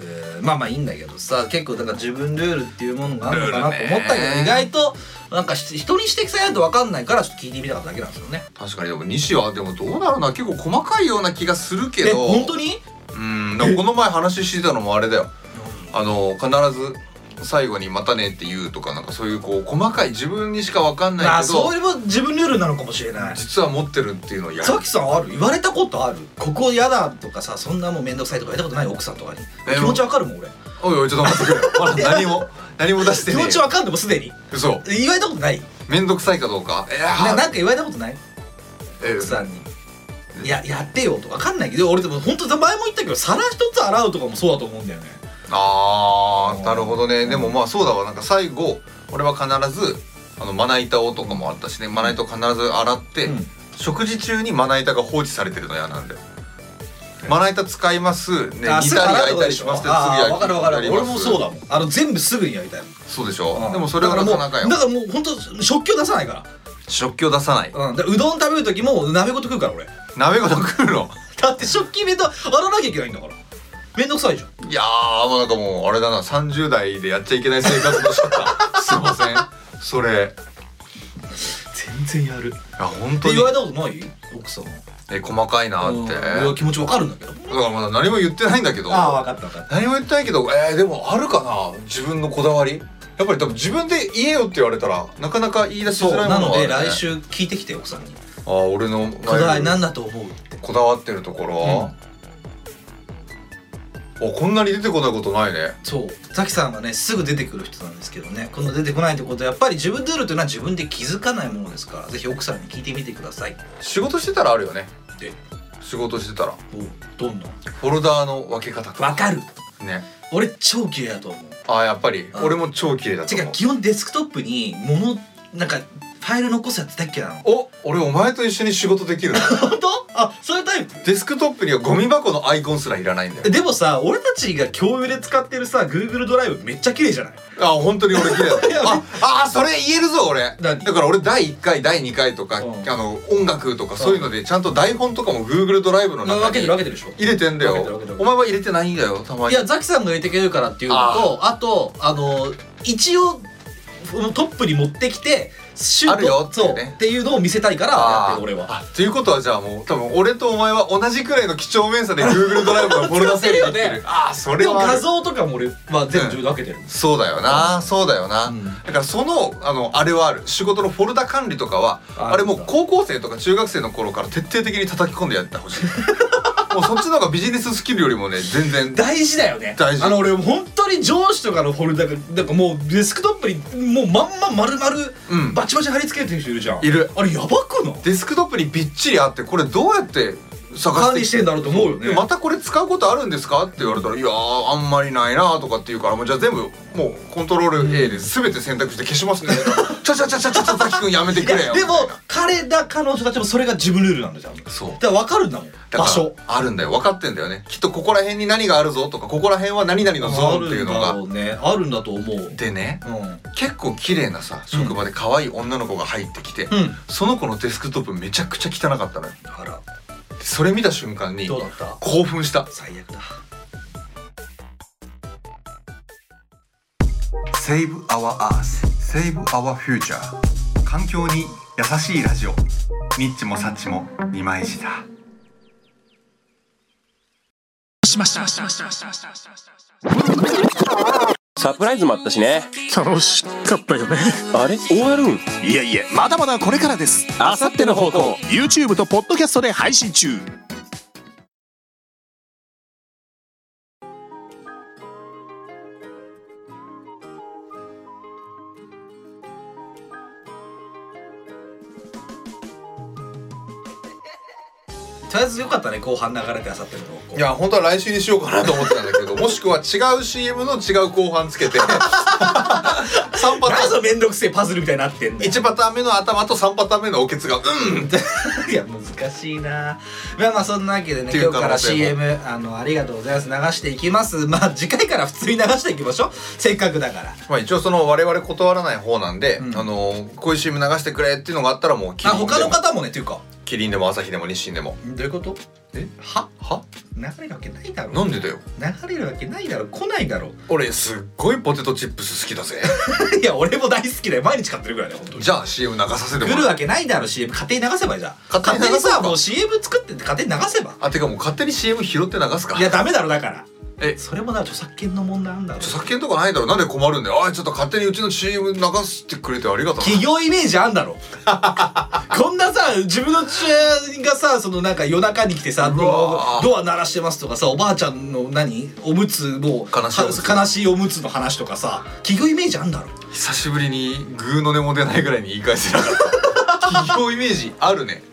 Speaker 2: えーまあまあいいんだけどさ結構だから自分ルールっていうものがあるのかなと思った
Speaker 1: ルール
Speaker 2: けど
Speaker 1: ね
Speaker 2: 意外となんかし人に指摘されると分かんないからちょっと聞いてみたかっただけなんですよね
Speaker 1: 確かにでも西はでもどうなるな結構細かいような気がするけ
Speaker 2: え
Speaker 1: ど
Speaker 2: 本当に
Speaker 1: うんでもこの前話してたのもあれだよあの必ず最後に「またね」って言うとかなんかそういうこう細かい自分にしか分かんな
Speaker 2: あ
Speaker 1: いけ
Speaker 2: そ
Speaker 1: ど
Speaker 2: れも自分ルールなのかもしれない
Speaker 1: 実は持ってるっていうのをやる
Speaker 2: さきさんある言われたことあるここ嫌だとかさそんなもう面倒くさいとか言われたことない奥さんとかに
Speaker 1: え
Speaker 2: 気持ちわかるもん俺
Speaker 1: おいおいちょっと待ってく れよまだ何も何も出して
Speaker 2: 気
Speaker 1: ね
Speaker 2: 持ちわかんでもすで
Speaker 1: え
Speaker 2: に
Speaker 1: 嘘
Speaker 2: 言われたことないな
Speaker 1: めんどくさいかどうかいや
Speaker 2: なん
Speaker 1: ー
Speaker 2: か言われたことない
Speaker 1: え
Speaker 2: 奥さんに。いややってよとかわかんないけど俺でも本当前も言ったけど皿一つ洗うとかもそうだと思うんだよね
Speaker 1: あーなるほどねでもまあそうだわなんか最後俺は必ずあのまな板をとかもあったしねまな板を必ず洗って、
Speaker 2: うん
Speaker 1: 食事中にまな板が放置されてるの嫌なんだよ。まな板使いますね煮た
Speaker 2: あ
Speaker 1: り
Speaker 2: すぐ洗うと
Speaker 1: 焼い
Speaker 2: か
Speaker 1: た
Speaker 2: で
Speaker 1: り
Speaker 2: し
Speaker 1: し
Speaker 2: ょ
Speaker 1: ますって
Speaker 2: ああ
Speaker 1: 次
Speaker 2: わかるわかる
Speaker 1: やります
Speaker 2: 俺もそうだもんあの全部すぐにやりたい
Speaker 1: そうでしょ、
Speaker 2: うん
Speaker 1: でもそれはなかなかよ
Speaker 2: だからもうだからもう本当食器を出さないか
Speaker 1: 食器を出さない
Speaker 2: らうんだからうどん食べる時も鍋ごと食うから俺
Speaker 1: 鍋ごと食うの
Speaker 2: だって食器めんど洗わなきゃいけないんだからめんどくさいじゃん
Speaker 1: いやーもうなんかもうあれだな30代でやっちゃいけない生活の仕方すいませんそれ
Speaker 2: 全然やるっ
Speaker 1: い
Speaker 2: て
Speaker 1: や本当に
Speaker 2: 言われたことない奥さんは
Speaker 1: え細かいなっ
Speaker 2: うん
Speaker 1: て
Speaker 2: 俺は気持ちわかるんだけど
Speaker 1: だからまだ何も言ってないんだけど
Speaker 2: ああ分かった分かった
Speaker 1: 何も言ってないけどえー、でもあるかな自分のこだわりやっぱり多分自分で言えよって言われたらなかなか言い出し
Speaker 2: そう
Speaker 1: づらいも
Speaker 2: な
Speaker 1: の
Speaker 2: の
Speaker 1: はあ
Speaker 2: で
Speaker 1: る、ね、
Speaker 2: 来週聞いてきて奥さんに
Speaker 1: ああ俺の
Speaker 2: 「こだわり何だと思う?」って
Speaker 1: こだわってるところ、おこんなに出てこないことないね
Speaker 2: そうザキさんはねすぐ出てくる人なんですけどねこの出てこないってことはやっぱり自分でルールというのは自分で気づかないものですからぜひ奥さんに聞いてみてください
Speaker 1: 仕事してたらあるよね
Speaker 2: え
Speaker 1: 仕事してたら
Speaker 2: おどんどん
Speaker 1: フォルダーの分け方と
Speaker 2: わかる
Speaker 1: ね
Speaker 2: 俺超嫌いだと思う
Speaker 1: ああやっぱり
Speaker 2: うん
Speaker 1: 俺も超綺麗だと
Speaker 2: て
Speaker 1: 思う
Speaker 2: か基本デスクトップに物なんかファイル残すやつだっけなの
Speaker 1: お俺お前と一緒に仕事できるな
Speaker 2: 本当あそういうタイプ
Speaker 1: デスクトップにはゴミ箱のアイコンすらいらないんだよ
Speaker 2: でもさ俺たちが共有で使ってるさ Google ドライブめっちゃ綺麗じゃない
Speaker 1: あ本当に俺綺麗
Speaker 2: いや
Speaker 1: だああそれ言えるぞ俺だ
Speaker 2: 何
Speaker 1: から俺第1回第2回とか、
Speaker 2: うん
Speaker 1: あの音楽とかそういうのでちゃんと台本とかも Google ドライブの中
Speaker 2: 分け
Speaker 1: に
Speaker 2: てる分けてるでしょ
Speaker 1: 入れてんだ
Speaker 2: 分けてる分
Speaker 1: よ
Speaker 2: けてる
Speaker 1: お前は入れてないんだよたま
Speaker 2: い
Speaker 1: に
Speaker 2: やザキさんが入れてくれるからっていうのとあとあの一応トップに持ってきてシュート
Speaker 1: あるよっていうね
Speaker 2: そうっていうのを見せたいからやってる俺は
Speaker 1: あということはじゃあもう多分俺とお前は同じくらいの貴重面差で Google ドライブがボロ出せるようになってるああそれ
Speaker 2: でも
Speaker 1: はあ
Speaker 2: 画
Speaker 1: る
Speaker 2: 像とかも俺は全部自分で分けてる、
Speaker 1: そうだよなそうだよな、
Speaker 2: うん
Speaker 1: だからそのあのあれはある仕事のフォルダ管理とかは
Speaker 2: あ
Speaker 1: あれもう高校生とか中学生の頃から徹底的に叩き込んでやってほ しいもうそっちの方がビジネススキルよりもね全然
Speaker 2: 大事だよね
Speaker 1: 大事
Speaker 2: あの俺本当に上司とかのフォルダがなんかもうデスクトップにもうまんま丸
Speaker 1: う
Speaker 2: 々
Speaker 1: ん
Speaker 2: バチバチ貼り付けてる人いるじゃん、
Speaker 1: いる
Speaker 2: あれやばくない
Speaker 1: デスクトップにびっちりあってこれどうやって探し
Speaker 2: 管
Speaker 1: て
Speaker 2: 理
Speaker 1: き
Speaker 2: してんだろうと思うよ
Speaker 1: で
Speaker 2: ね
Speaker 1: またこれ使うことあるんですか?」って言われたら「いやーあんまりないな」とかって言うからもうじゃあ全部もうコントロール A で全て選択して消しますね「ちゃちゃちゃちゃちゃちゃたきくんやめてくれよ」みた
Speaker 2: で
Speaker 1: い
Speaker 2: も
Speaker 1: な
Speaker 2: 彼ら彼女たちもそれが自分ルールなんだよ多分
Speaker 1: そう
Speaker 2: だから分かるんだもん
Speaker 1: だから
Speaker 2: 場所
Speaker 1: あるんだよ分かってんだよねきっとここら辺に何があるぞとかここら辺は何々のゾーンっていうのが
Speaker 2: あるんだろうねあるんだと思ううん
Speaker 1: でね結構綺麗なさ職場で可愛い女の子が入ってきて、
Speaker 2: ん
Speaker 1: その子のデスクトップめちゃくちゃ汚かったのよ
Speaker 2: あら
Speaker 1: それ見た瞬間に
Speaker 2: どうだった
Speaker 1: 興奮した
Speaker 2: 最悪だ
Speaker 1: Save Our Earth Save Our Future 環境に優しいラジオニッチもサッチも二枚舌
Speaker 5: しました
Speaker 6: サプライズもあったしね
Speaker 5: 楽しかったよね
Speaker 6: あれ終わるん
Speaker 5: いえいえまだまだこれからです
Speaker 6: あさっての放送
Speaker 5: YouTube とポッドキャストで配信中
Speaker 2: とりあえずよかったね後半流れてあさってるとこ
Speaker 1: いや本当は来週にしようかなと思ってたんだけ どもしくは違う CM の違う後半つけて三パター
Speaker 2: 何そ
Speaker 1: ン
Speaker 2: のめんどくせえパズルみたいになってんの
Speaker 1: 一パターン目の頭と三パターン目のおけつがうんって
Speaker 2: いや難しいなまあまあそんなわけで
Speaker 1: っ
Speaker 2: ね
Speaker 1: てい
Speaker 2: 今
Speaker 1: う
Speaker 2: 日
Speaker 1: 可
Speaker 2: か
Speaker 1: 能
Speaker 2: ら
Speaker 1: 性も
Speaker 2: CM あのありがとうございます流していきますまあ次回から普通に流していきましょうせっかくだから
Speaker 1: まあ一応その我々断らない方なんで、
Speaker 2: うん
Speaker 1: あのこういう CM 流してくれっていうのがあったらもうキ
Speaker 2: あ
Speaker 1: リンで
Speaker 2: 他の
Speaker 1: も
Speaker 2: 方もねっていうか
Speaker 1: キリンでも朝日でも日清でも
Speaker 2: どういうこと
Speaker 1: え
Speaker 2: は
Speaker 1: は
Speaker 2: 流れるわけないだろ
Speaker 1: なんでだよ
Speaker 2: 流れるわけないだろ来ないだろ
Speaker 1: 俺すっごいポテトチップス好きだ ぜ
Speaker 2: いや俺も大好きだよ毎日買ってるぐらいだよ本当に
Speaker 1: じゃあ CM 流させても
Speaker 2: 来
Speaker 1: ら
Speaker 2: る
Speaker 1: う
Speaker 2: わけないだろ CM 勝手に流せばいいじゃん
Speaker 1: 勝手に流そうか
Speaker 2: さもう CM 作って勝手に流せば
Speaker 1: あてかもう勝手に CM 拾って流すか
Speaker 2: いやダメだろだから
Speaker 1: え
Speaker 2: それもな著作権の問題なんだろ
Speaker 1: 著作権とかないだろなんで困るんだよあいちょっと勝手にうちの CM 流してくれてありが とう
Speaker 2: 企業イメージあんだろ こんなさ自分の父親がさそのなんか夜中に来てさ
Speaker 1: うわー
Speaker 2: ドア鳴らしてますとかさおばあちゃんの何おむつもう
Speaker 1: 悲しいおむつ
Speaker 2: は悲しいおむつの話とかさ企業イメージあんだろ
Speaker 1: 久しぶりにグーの音も出ないぐらいに言い返せなかった企業イメージあるね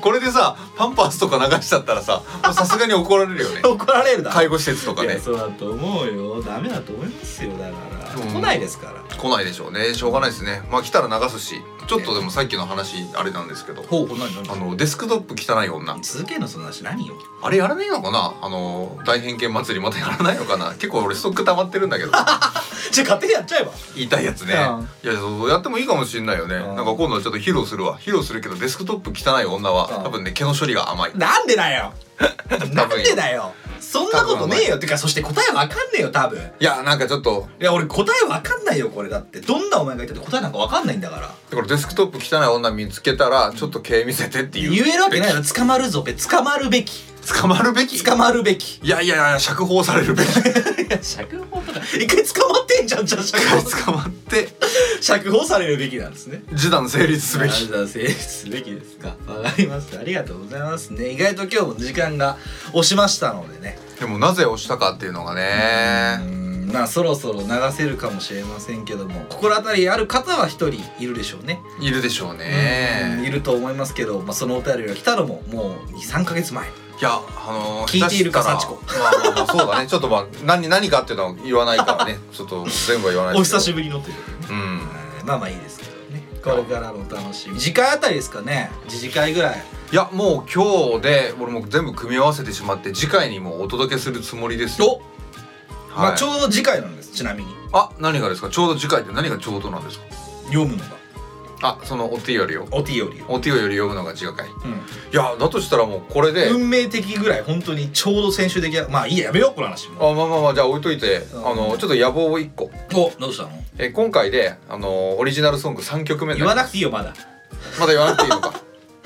Speaker 1: これでさパンパースとか流しちゃったらさもうさすがに怒られるよね
Speaker 2: 怒られるだろ
Speaker 1: 介護施設とか
Speaker 2: いや
Speaker 1: ね
Speaker 2: そうだと思うよダメだと思いますよだから、
Speaker 1: うん
Speaker 2: 来ないですから
Speaker 1: 来ないでしょうねしょうがないですねまあ来たら流すしちょっとでもさっきの話あれなんですけど
Speaker 2: ほうほう何
Speaker 1: あ
Speaker 2: 何
Speaker 1: のデスクトップ汚い女
Speaker 2: 続けんのその話何よ
Speaker 1: あれやらないのかなあの大偏見祭りまたやらないのかな結構俺ストック溜まってるんだけど
Speaker 2: じゃあ勝手にやっちゃえば
Speaker 1: 言いたいやつね、いやそうやってもいいかもしれないよね、
Speaker 2: ん
Speaker 1: なんか今度はちょっと披露するわ披露するけどデスクトップ汚い女は、
Speaker 2: うん
Speaker 1: 多分ね毛の処理が甘い
Speaker 2: なんでだよなんでだよそんなことねえ
Speaker 1: 多
Speaker 2: よってかそして答えわかんねえよ多分
Speaker 1: いやなんかちょっと
Speaker 2: いや俺答えわかんないよこれだってどんなお前がいたって答えなんかわかんないんだから
Speaker 1: だからデスクトップ汚い女見つけたらちょっと毛見せてってい
Speaker 2: 言
Speaker 1: う
Speaker 2: えるわけないだろ捕まるぞべ捕まるべき
Speaker 1: 捕まるべき
Speaker 2: 捕まるべき
Speaker 1: いやいやいや釈放されるべき
Speaker 2: いや釈放とか一回捕まってんじゃんじゃあ釈放
Speaker 1: 捕まって
Speaker 2: 釈放されるべきなんですね
Speaker 1: 示談成立すべき
Speaker 2: あなたは成立すべきですかわかりましたありがとうございますね意外と今日も時間が押しましたのでね
Speaker 1: でもなぜ押したかっていうのが
Speaker 2: う
Speaker 1: ね
Speaker 2: んまあそろそろ流せるかもしれませんけども心当たりある方は一人いるでしょうね、
Speaker 1: いるでしょう
Speaker 2: うんい
Speaker 1: ね
Speaker 2: ると思いますけど、まあ、そのお便りが来たのももう23か月前
Speaker 1: いやあのー、
Speaker 2: 聞いているか
Speaker 1: 下手したら
Speaker 2: 幸
Speaker 1: まあまあまあそうだねちょっとまあ何何かっていうのは言わないからねちょっと全部は言わない
Speaker 2: お
Speaker 1: ですけ
Speaker 2: 久
Speaker 1: ど
Speaker 2: しぶりのという
Speaker 1: うん
Speaker 2: まあまあいいですけどねこれからのお楽しみ次回あたりですかね次次回ぐらい
Speaker 1: いやもう今日で俺もう全部組み合わせてしまって次回にもうお届けするつもりですよ。
Speaker 2: お、ま
Speaker 1: は
Speaker 2: あ
Speaker 1: い
Speaker 2: ちょうど次回なんですちなみに
Speaker 1: あ何がですかちょうど次回って何がちょうどなんですか
Speaker 2: 読むのが
Speaker 1: あそのお手よりを
Speaker 2: お手よりを、
Speaker 1: お手より読むのが次回い
Speaker 2: うん
Speaker 1: やだとしたらもうこれで、
Speaker 2: 運命的ぐらい本当にちょうど先週できまあいいややめようこの話も
Speaker 1: あまあまあまあじゃあ置いといて、
Speaker 2: うん
Speaker 1: あのちょっと野望を一個
Speaker 2: おどうしたの
Speaker 1: えー今回で、あのーオリジナルソング3曲目に
Speaker 2: 言
Speaker 1: なり
Speaker 2: わな
Speaker 1: ま
Speaker 2: く
Speaker 1: す
Speaker 2: ていいよまだ
Speaker 1: まだ言わなくていいのか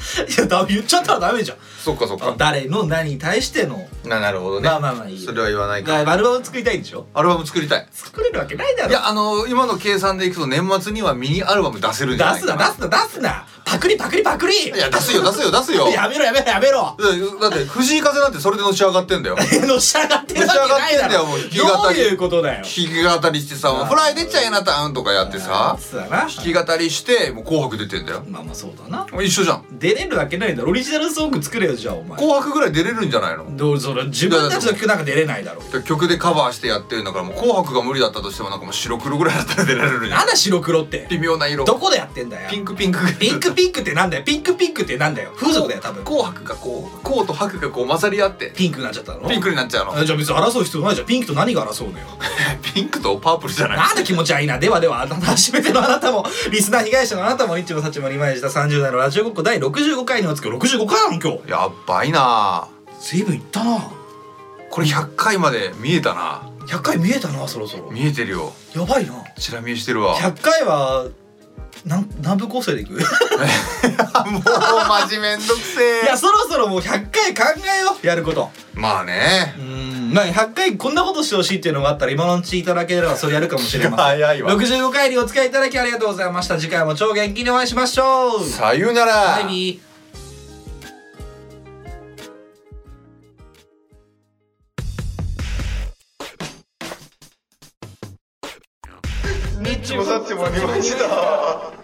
Speaker 2: いやだ言っちゃったらダメじゃん
Speaker 1: そっかそっ
Speaker 2: あ
Speaker 1: か
Speaker 2: 誰の何に対しての
Speaker 1: ななるほどね、
Speaker 2: まあまあまあいいよ
Speaker 1: それは言わないか
Speaker 2: だアルバム作りたいんでしょ
Speaker 1: アルバム作りたい
Speaker 2: 作れるわけないだろ
Speaker 1: いやあのー今の計算でいくと年末にはミニアルバム出せるんじゃな
Speaker 2: 出
Speaker 1: い
Speaker 2: す
Speaker 1: か
Speaker 2: な
Speaker 1: な
Speaker 2: 出すな出すなパクリパクリパクリ
Speaker 1: いや出すよ出すよ出すよ
Speaker 2: やめろやめろやめろ
Speaker 1: だって藤井風なんてそれでのし上がって んだよ
Speaker 2: のし上がってるわけないだろ
Speaker 1: のし上が
Speaker 2: ど
Speaker 1: ってんだよもう弾き語
Speaker 2: う
Speaker 1: り
Speaker 2: いうことだよ
Speaker 1: 弾き語りしてさ「フライデッチャイナタウン」とかやってさ
Speaker 2: そうだな
Speaker 1: 弾き語りしてもう「紅白」出てんだよ
Speaker 2: まあまあそうだな
Speaker 1: もう一緒じゃん
Speaker 2: 出れるわけないだろオリジナルソング作れよじゃあお前
Speaker 1: 紅白ぐらい出れるんじゃないの
Speaker 2: どうそれ自分たちの曲なんか出れないだろ
Speaker 1: 曲でカバーしてやってるんだからもう「紅白」が無理だったとしてもなんかもう白黒ぐらいだったら出られるじゃん
Speaker 2: なんだ白黒って
Speaker 1: 微妙な色
Speaker 2: どこでやってんだよ
Speaker 1: ピンクピンク
Speaker 2: ピンクピンクってなんだよピンクピンクってなんだよ風俗だよ多分
Speaker 1: 紅白がこう紅と白がこう混ざり合って
Speaker 2: ピンクになっちゃったの
Speaker 1: ピンクになっちゃうの
Speaker 2: えじゃあ別に争う必要ないじゃんピンクと何が争うのよ
Speaker 1: ピンクとパープルじゃない
Speaker 2: なんで気持ち悪いなではではあなた初めてのあなたもリスナー被害者のあなたもニッチもサッチもリマイした30代のラジオごっこ第65回におつけ65回なの今日
Speaker 1: やっばいな
Speaker 2: 随分いったな
Speaker 1: これ100回まで見えたな
Speaker 2: 100回見えたなそろそろ
Speaker 1: 見えてるよ
Speaker 2: やばいな
Speaker 1: チラ見えしてるわもう
Speaker 2: 100回はなん何部構成でいく い
Speaker 1: マジめんどくせえ
Speaker 2: やそろそろもう100回考えようやること
Speaker 1: まあね
Speaker 2: うんまあ100回こんなことしてほしいっていうのがあったら今のうちいただければそれやるかもしれません
Speaker 1: 早いわ
Speaker 2: 65回にお使いいただきありがとうございました次回も超元気にお会いしましょう
Speaker 1: さよなら
Speaker 2: バイビー
Speaker 9: もさっちもありました。